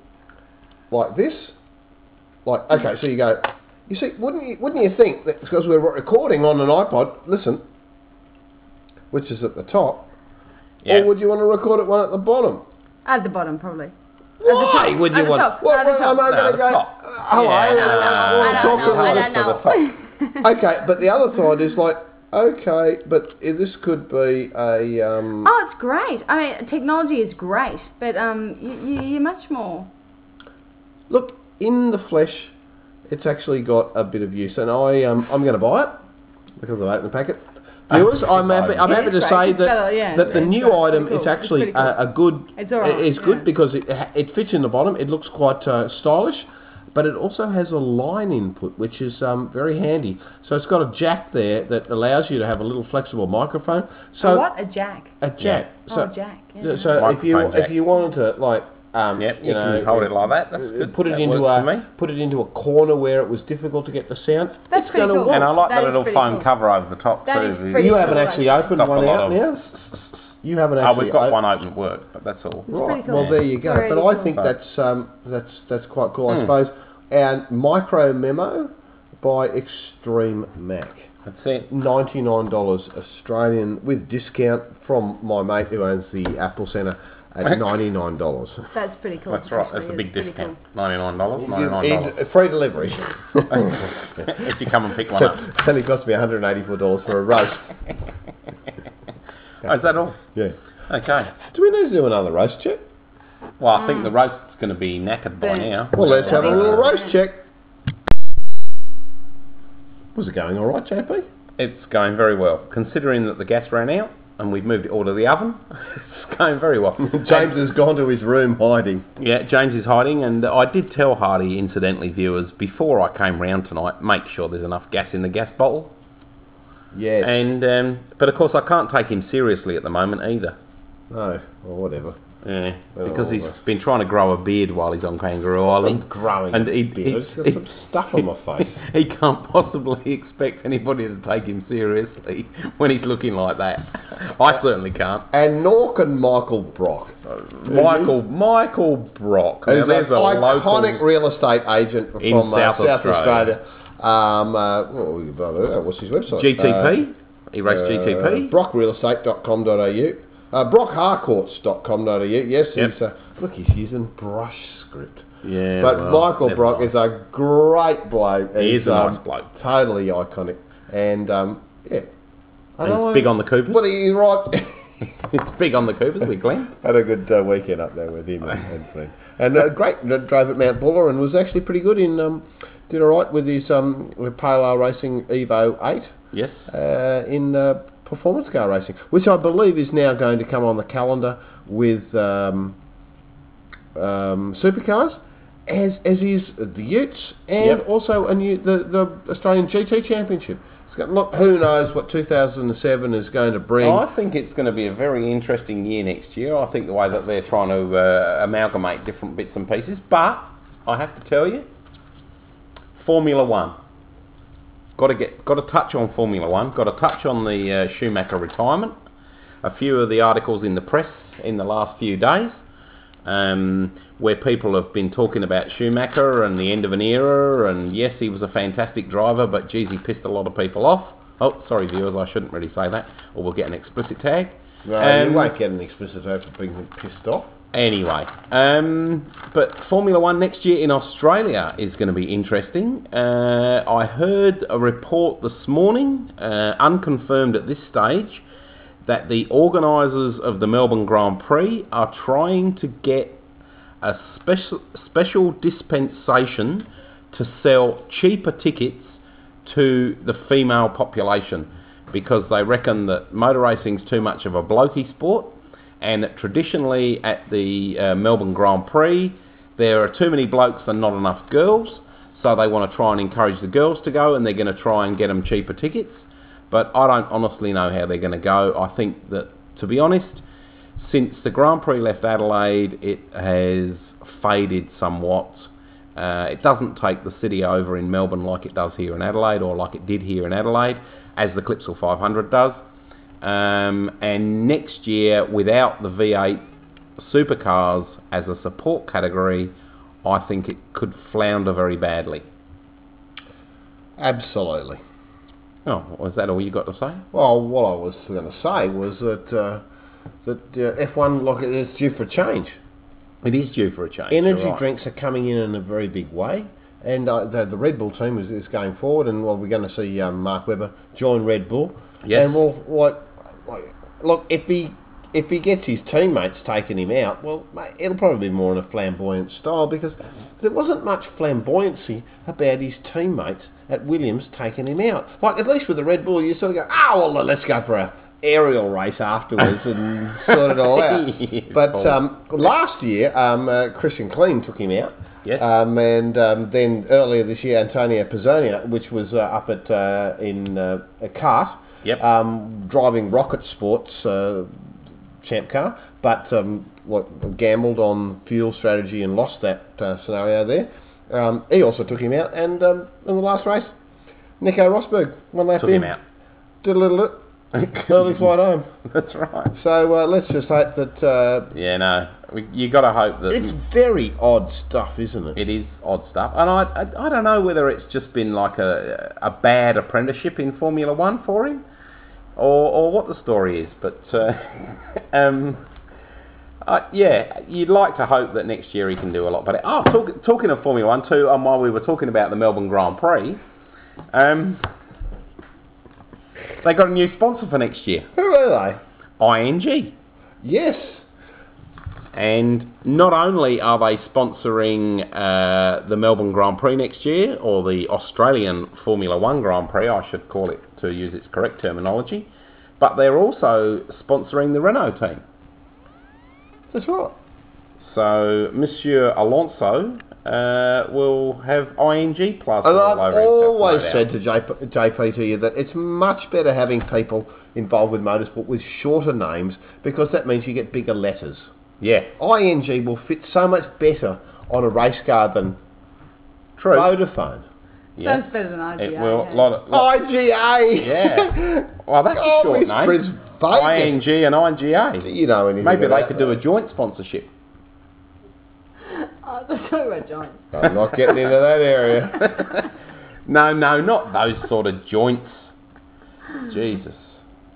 Speaker 4: like this? Like, okay, so you go. You see, wouldn't you, wouldn't you think that because we're recording on an iPod, listen, which is at the top,
Speaker 5: Yeah.
Speaker 4: or would you want to record at one at the bottom?
Speaker 7: At the bottom, probably.
Speaker 4: Why would
Speaker 7: at
Speaker 4: you
Speaker 7: the
Speaker 4: want?
Speaker 7: top,
Speaker 4: Well,
Speaker 7: at the
Speaker 4: well,
Speaker 7: top.
Speaker 4: am I
Speaker 5: No,
Speaker 4: going
Speaker 5: the
Speaker 4: to go?
Speaker 5: top.
Speaker 4: Oh, I
Speaker 5: Yeah, no, no,
Speaker 4: I
Speaker 5: no,
Speaker 4: talk
Speaker 5: no,
Speaker 4: to
Speaker 5: I
Speaker 4: people
Speaker 5: don't
Speaker 4: at the top. Okay, but the other side is like, okay, but i- this could be a. Um,
Speaker 7: Oh, it's great. I mean, technology is great, but um, you, you, you're much more.
Speaker 4: Look, in the flesh, it's actually got a bit of use, and I um, I'm going to buy it because I've opened the packet. Viewers, I'm happy. I'm
Speaker 7: It
Speaker 4: happy
Speaker 7: is
Speaker 4: to
Speaker 7: great.
Speaker 4: say
Speaker 7: It's
Speaker 4: that
Speaker 7: better, yeah.
Speaker 4: that the
Speaker 7: It's
Speaker 4: new
Speaker 7: great. It's
Speaker 4: item
Speaker 7: pretty
Speaker 4: is
Speaker 7: cool. It's
Speaker 4: actually
Speaker 7: pretty cool.
Speaker 4: a, a good.
Speaker 7: It's all right,
Speaker 4: It's good
Speaker 7: yeah.
Speaker 4: because it ha- it fits in the bottom. It looks quite uh, stylish, but it also has a line input, which is um, very handy. So it's got a jack there that allows you to have a little flexible microphone.
Speaker 5: Uh,
Speaker 4: So
Speaker 7: what a jack!
Speaker 4: a jack. So,
Speaker 7: oh, jack. Yeah.
Speaker 4: yeah, So if you
Speaker 5: Microphone jack.
Speaker 4: if you wanted to like um,
Speaker 5: Yep, you
Speaker 4: know,
Speaker 5: can hold it like that. That's good.
Speaker 4: Put it
Speaker 5: That
Speaker 4: into
Speaker 5: works for me.
Speaker 4: a put it into a corner where it was difficult to get the sound.
Speaker 7: That's
Speaker 4: it's
Speaker 7: pretty
Speaker 4: gonna
Speaker 7: cool.
Speaker 4: work.
Speaker 5: And I like the
Speaker 7: That is
Speaker 5: little
Speaker 7: pretty
Speaker 5: foam
Speaker 7: cool.
Speaker 5: cover over the top too.
Speaker 7: That is
Speaker 5: You-
Speaker 7: pretty
Speaker 4: You
Speaker 7: cool.
Speaker 4: haven't actually opened
Speaker 5: Stop a
Speaker 4: one
Speaker 5: lot
Speaker 4: out
Speaker 5: of-
Speaker 4: now. You haven't
Speaker 5: Oh,
Speaker 4: actually.
Speaker 5: we've got
Speaker 4: op-
Speaker 5: one open at work, but that's all.
Speaker 4: Right.
Speaker 7: pretty cool.
Speaker 4: Well, there you go.
Speaker 7: Really
Speaker 4: but I
Speaker 7: cool.
Speaker 4: think
Speaker 5: Right.
Speaker 4: that's um, that's that's quite cool,
Speaker 5: Hmm.
Speaker 4: I suppose. And micro memo by Extreme Mac.
Speaker 5: That's it.
Speaker 4: $99 Australian with discount from my mate who owns the Apple Centre at $99.
Speaker 7: That's pretty cool.
Speaker 5: That's right. That's
Speaker 7: actually.
Speaker 5: a big
Speaker 7: It's pretty
Speaker 5: discount.
Speaker 7: cool.
Speaker 5: Ninety-nine dollars. Ninety-nine dollars.
Speaker 4: In- Free delivery.
Speaker 5: if you come and pick one up.
Speaker 4: It's only cost me $184 for a roast.
Speaker 5: Oh, is that all?
Speaker 4: Yeah.
Speaker 5: Okay.
Speaker 4: Do we need to do another roast check?
Speaker 5: Well, I think the roast Mark's going to be knackered by
Speaker 10: Burnt.
Speaker 5: now.
Speaker 4: Well, let's have a little
Speaker 10: Yeah.
Speaker 4: roast check. Was it going all right, JP?
Speaker 5: It's going very well, considering that the gas ran out and we've moved it all to the oven. it's going very well.
Speaker 4: James has gone to his room hiding.
Speaker 5: Yeah, James is hiding, and I did tell Hardy, incidentally, viewers, before I came round tonight, make sure there's enough gas in the gas bottle.
Speaker 4: Yes.
Speaker 5: And um, but of course, I can't take him seriously at the moment either.
Speaker 4: no, or Oh, whatever.
Speaker 5: Yeah,
Speaker 4: Well,
Speaker 5: because he's
Speaker 4: that's-
Speaker 5: been trying to grow a beard while he's on Kangaroo Island.
Speaker 4: Been growing
Speaker 5: and
Speaker 4: a
Speaker 5: he,
Speaker 4: beard.
Speaker 5: he-
Speaker 4: It's got
Speaker 5: he-
Speaker 4: some stuff on my face.
Speaker 5: He can't possibly expect anybody to take him seriously when he's looking like that. I certainly can't.
Speaker 4: And Nork and Michael Brock.
Speaker 5: Michael Michael Brock. Now,
Speaker 4: Mm-hmm. Who's
Speaker 5: there's
Speaker 4: an
Speaker 5: a
Speaker 4: iconic
Speaker 5: local.
Speaker 4: real estate agent
Speaker 5: In
Speaker 4: from uh,
Speaker 5: South
Speaker 4: South Australia.
Speaker 5: Australia.
Speaker 4: Um, uh, what we- blah, blah, blah, what's his website?
Speaker 5: GTP. he
Speaker 4: Uh,
Speaker 5: raced
Speaker 4: Uh,
Speaker 5: GTP.
Speaker 4: BrockRealestate.com.au. Uh, BrockHarcourts.com.au. Yes,
Speaker 5: Yep.
Speaker 4: he's, uh, look, he's using brush script.
Speaker 5: yeah,
Speaker 4: but
Speaker 5: well,
Speaker 4: Michael
Speaker 5: never
Speaker 4: Brock
Speaker 5: mind.
Speaker 4: is a great bloke.
Speaker 5: He
Speaker 4: He's,
Speaker 5: is a nice
Speaker 4: um,
Speaker 5: bloke.
Speaker 4: Totally iconic. And, um, yeah. I don't
Speaker 5: And he's
Speaker 4: know-
Speaker 5: big on the Coopers.
Speaker 4: What are you right?
Speaker 5: it's big on the Coopers, we Glenn.
Speaker 4: Had a good uh, weekend up there with him and, and friend. And uh, great, uh, drove at Mount Buller and was actually pretty good in, um, did all right with his um, with Pale Ale Racing Evo 8
Speaker 5: Yes.
Speaker 4: uh, in uh, performance car racing, which I believe is now going to come on the calendar with um, um, supercars, as as is the Utes and
Speaker 5: Yep.
Speaker 4: also a new the the Australian GT Championship. It's got, look, who knows what 2007 is going to bring.
Speaker 5: I think it's going to be a very interesting year next year. I think the way that they're trying to uh, amalgamate different bits and pieces. But I have to tell you, Formula One. Got to get, got to touch on Formula One. Got to touch on the uh, Schumacher retirement. A few of the articles in the press in the last few days, um, where people have been talking about Schumacher and the end of an era. And yes, he was a fantastic driver, but geez, he pissed a lot of people off. Oh, sorry, viewers, I shouldn't really say that, or we'll get an explicit tag.
Speaker 4: No,
Speaker 5: Um,
Speaker 4: you won't get an explicit over for being pissed off.
Speaker 5: Anyway, um, but Formula One next year in Australia is going to be interesting. Uh, I heard a report this morning, uh, unconfirmed at this stage, that the organisers of the Melbourne Grand Prix are trying to get a special special dispensation to sell cheaper tickets to the female population because they reckon that motor racing's too much of a blokey sport and that traditionally at the uh, Melbourne Grand Prix there are too many blokes and not enough girls so they want to try and encourage the girls to go and they're going to try and get them cheaper tickets but I don't honestly know how they're going to go I think that to be honest since the Grand Prix left Adelaide, it has faded somewhat. Uh, it doesn't take the city over in Melbourne like it does here in Adelaide, or like it did here in Adelaide, as the Clipsal 500 does. Um, and next year, without the V8 supercars as a support category, I think it could flounder very badly.
Speaker 4: Absolutely.
Speaker 5: Oh, was that all you got to say?
Speaker 4: Well, what I was going to say was that uh, that uh, F1 look it's due for change.
Speaker 5: It is due for a change.
Speaker 4: Energy
Speaker 5: you're right.
Speaker 4: drinks are coming in in a very big way, and uh, the, the Red Bull team is, is going forward, and well, we're going to see um, Mark Webber join Red Bull.
Speaker 5: Yes.
Speaker 4: And well, like, like, look, if he if he gets his teammates taking him out, well, mate, it'll probably be more in a flamboyant style because there wasn't much flamboyancy about his teammates at Williams taking him out. Like at least with the Red Bull, you sort of go, oh well, let's go for a aerial race afterwards and sort it all
Speaker 5: Yeah,
Speaker 4: out. But
Speaker 5: Paul.
Speaker 4: um, um, last year, um, uh, Christian Clean took him out.
Speaker 5: Yes.
Speaker 4: Um, and um, then earlier this year, Antonio Pizzonia, which was uh, up at uh, in uh, a cart,
Speaker 5: Yep.
Speaker 4: um, driving Rocket Sports uh, champ car, but um, what gambled on fuel strategy and lost that uh, scenario there. Um, he also took him out, and um, in the last race, Nico Rosberg one lap
Speaker 5: Took
Speaker 4: in,
Speaker 5: him out.
Speaker 4: did a little early flight home.
Speaker 5: That's right.
Speaker 4: So uh, let's just hope that uh,
Speaker 5: Yeah, no. We, you got to hope that
Speaker 4: it's very odd stuff, isn't it?
Speaker 5: it is odd stuff, and I, I I don't know whether it's just been like a a bad apprenticeship in Formula One for him, or or what the story is. But uh, um, uh, yeah, you'd like to hope that next year he can do a lot better. Oh, talk, talking of Formula One too, and while we were talking about the Melbourne Grand Prix, um, they got a new sponsor for next year,
Speaker 4: Who are
Speaker 5: ING.
Speaker 4: they? Yes.
Speaker 5: And not only are they sponsoring uh, the Melbourne Grand Prix next year, or the Australian Formula One Grand Prix, I should call it to use its correct terminology, but they're also sponsoring the Renault team.
Speaker 4: That's right.
Speaker 5: So Monsieur Alonso uh, will have ING plastered
Speaker 4: And
Speaker 5: all
Speaker 4: I've
Speaker 5: over himself. no
Speaker 4: always
Speaker 5: doubt.
Speaker 4: said to JP, JP to you that it's much better having people involved with motorsport with shorter names because that means you get bigger letters.
Speaker 5: yeah,
Speaker 4: ING will fit so much better on a race card than
Speaker 5: true.
Speaker 4: Vodafone.
Speaker 5: yeah.
Speaker 7: Sounds better than IGA.
Speaker 5: It will.
Speaker 7: yeah.
Speaker 5: Lot of, lot-
Speaker 4: IGA!
Speaker 5: Yeah. well, that's
Speaker 4: Oh,
Speaker 5: a short
Speaker 4: it's
Speaker 5: name.
Speaker 4: Fritz Vegas.
Speaker 5: ING and INGA.
Speaker 4: You know anything
Speaker 5: Maybe they
Speaker 4: about
Speaker 5: could do a
Speaker 4: that.
Speaker 5: joint sponsorship.
Speaker 7: Oh, that's talking about giants.
Speaker 4: I'm not getting into that area.
Speaker 5: no, no, not those sort of joints. Jesus.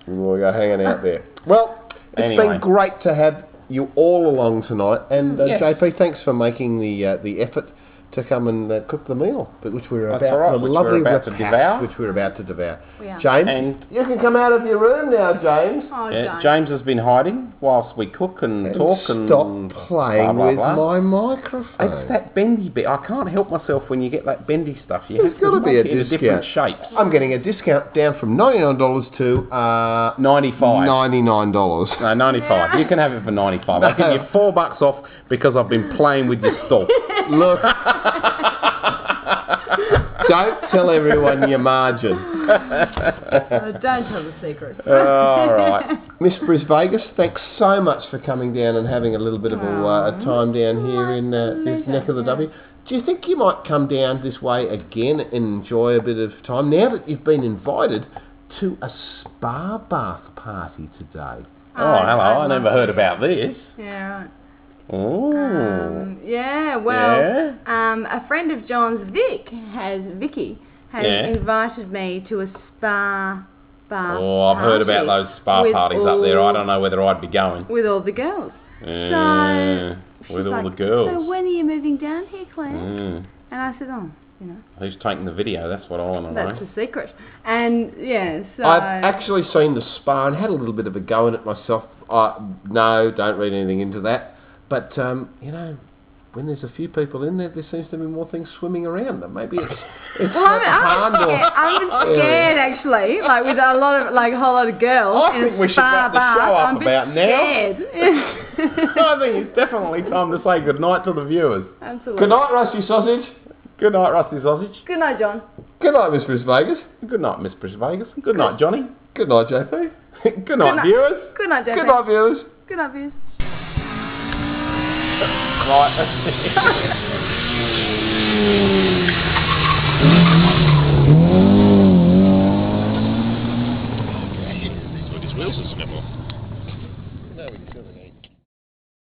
Speaker 4: We'll go hanging out there. Well, it's
Speaker 5: Anyway.
Speaker 4: been great to have you all along tonight, and uh,
Speaker 5: Yes.
Speaker 4: JP, thanks for making the uh, the effort to come and uh, cook the meal, but which we were
Speaker 5: That's
Speaker 4: about
Speaker 5: all right,
Speaker 4: the
Speaker 5: which we were
Speaker 4: lovely
Speaker 5: about to
Speaker 4: repast,
Speaker 5: devour.
Speaker 4: which we were about to devour.
Speaker 7: We are.
Speaker 4: James,
Speaker 5: And-
Speaker 4: you can come out of your room now, James.
Speaker 7: Oh,
Speaker 5: Uh,
Speaker 7: giants.
Speaker 5: James has been hiding whilst we cook and, talk and
Speaker 4: stop
Speaker 5: blah,
Speaker 4: playing
Speaker 5: blah,
Speaker 4: with
Speaker 5: blah.
Speaker 4: my microphone.
Speaker 5: It's that bendy bit. I can't help myself when you get that bendy stuff. You
Speaker 4: There's
Speaker 5: have
Speaker 4: gotta
Speaker 5: to
Speaker 4: be
Speaker 5: make
Speaker 4: a
Speaker 5: it into different shapes.
Speaker 4: I'm getting a discount down from ninety nine dollars to uh,
Speaker 5: Ninety-five.
Speaker 4: ninety nine dollars.
Speaker 5: No, 95. You can have it for 95. I'll give you four bucks off because I've been playing with your stall.
Speaker 4: Look, don't tell everyone your margin.
Speaker 7: Oh, don't tell the secret.
Speaker 5: All right.
Speaker 4: Uh, Miss Bris Vegas, thanks so much for coming down and having a little bit of a, uh, a
Speaker 7: Oh,
Speaker 4: time down here in uh, this neck of the W. Do you think you might come down this way again and enjoy a bit of time now that you've been invited to a spa bath party today?
Speaker 5: Oh, hello. I never heard about this.
Speaker 7: Yeah, right.
Speaker 5: Ooh.
Speaker 7: Um, yeah, well,
Speaker 5: Yeah?
Speaker 7: um, a friend of John's, Vic, has Vicky has
Speaker 5: Yeah.
Speaker 7: invited me to a spa bar.
Speaker 5: Oh, I've heard about those spa parties up there. I don't know whether I'd be going.
Speaker 7: With all the girls.
Speaker 5: Yeah,
Speaker 7: She's
Speaker 5: with all
Speaker 7: like,
Speaker 5: the girls.
Speaker 7: So when are you moving down here, Claire?
Speaker 5: Mm.
Speaker 7: And I said, oh, you know,
Speaker 5: Who's taking the video? That's what I want to
Speaker 7: that's
Speaker 5: know.
Speaker 7: the secret. And yeah, so
Speaker 4: I've actually seen the spa and had a little bit of a go in it myself. I, no, don't read anything into that. But, um, you know, when there's a few people in there, there seems to be more things swimming around them. Maybe it's, it's
Speaker 7: Well,
Speaker 4: like
Speaker 7: I'm,
Speaker 4: the
Speaker 7: I'm,
Speaker 4: Harndorf
Speaker 7: scared, I'm scared actually, like with a lot of like a whole lot of girls.
Speaker 5: I
Speaker 7: in
Speaker 5: think
Speaker 7: a
Speaker 5: we should
Speaker 7: spa
Speaker 5: wrap the
Speaker 7: bar,
Speaker 5: show up
Speaker 7: I'm a bit
Speaker 5: about now.
Speaker 7: Scared.
Speaker 5: I think it's definitely time to say goodnight to the viewers.
Speaker 7: Absolutely.
Speaker 4: Good night, Rusty Sausage.
Speaker 5: Good night, Rusty Sausage.
Speaker 7: Good night, John.
Speaker 4: Good night, Miss Miss Vegas.
Speaker 5: Good night, Miss Bris Vegas. Good night, Johnny.
Speaker 4: Good night, JP.
Speaker 5: Good night, viewers.
Speaker 7: Good night, Jeff.
Speaker 4: Good night, viewers.
Speaker 7: Good night, viewers.
Speaker 5: Right.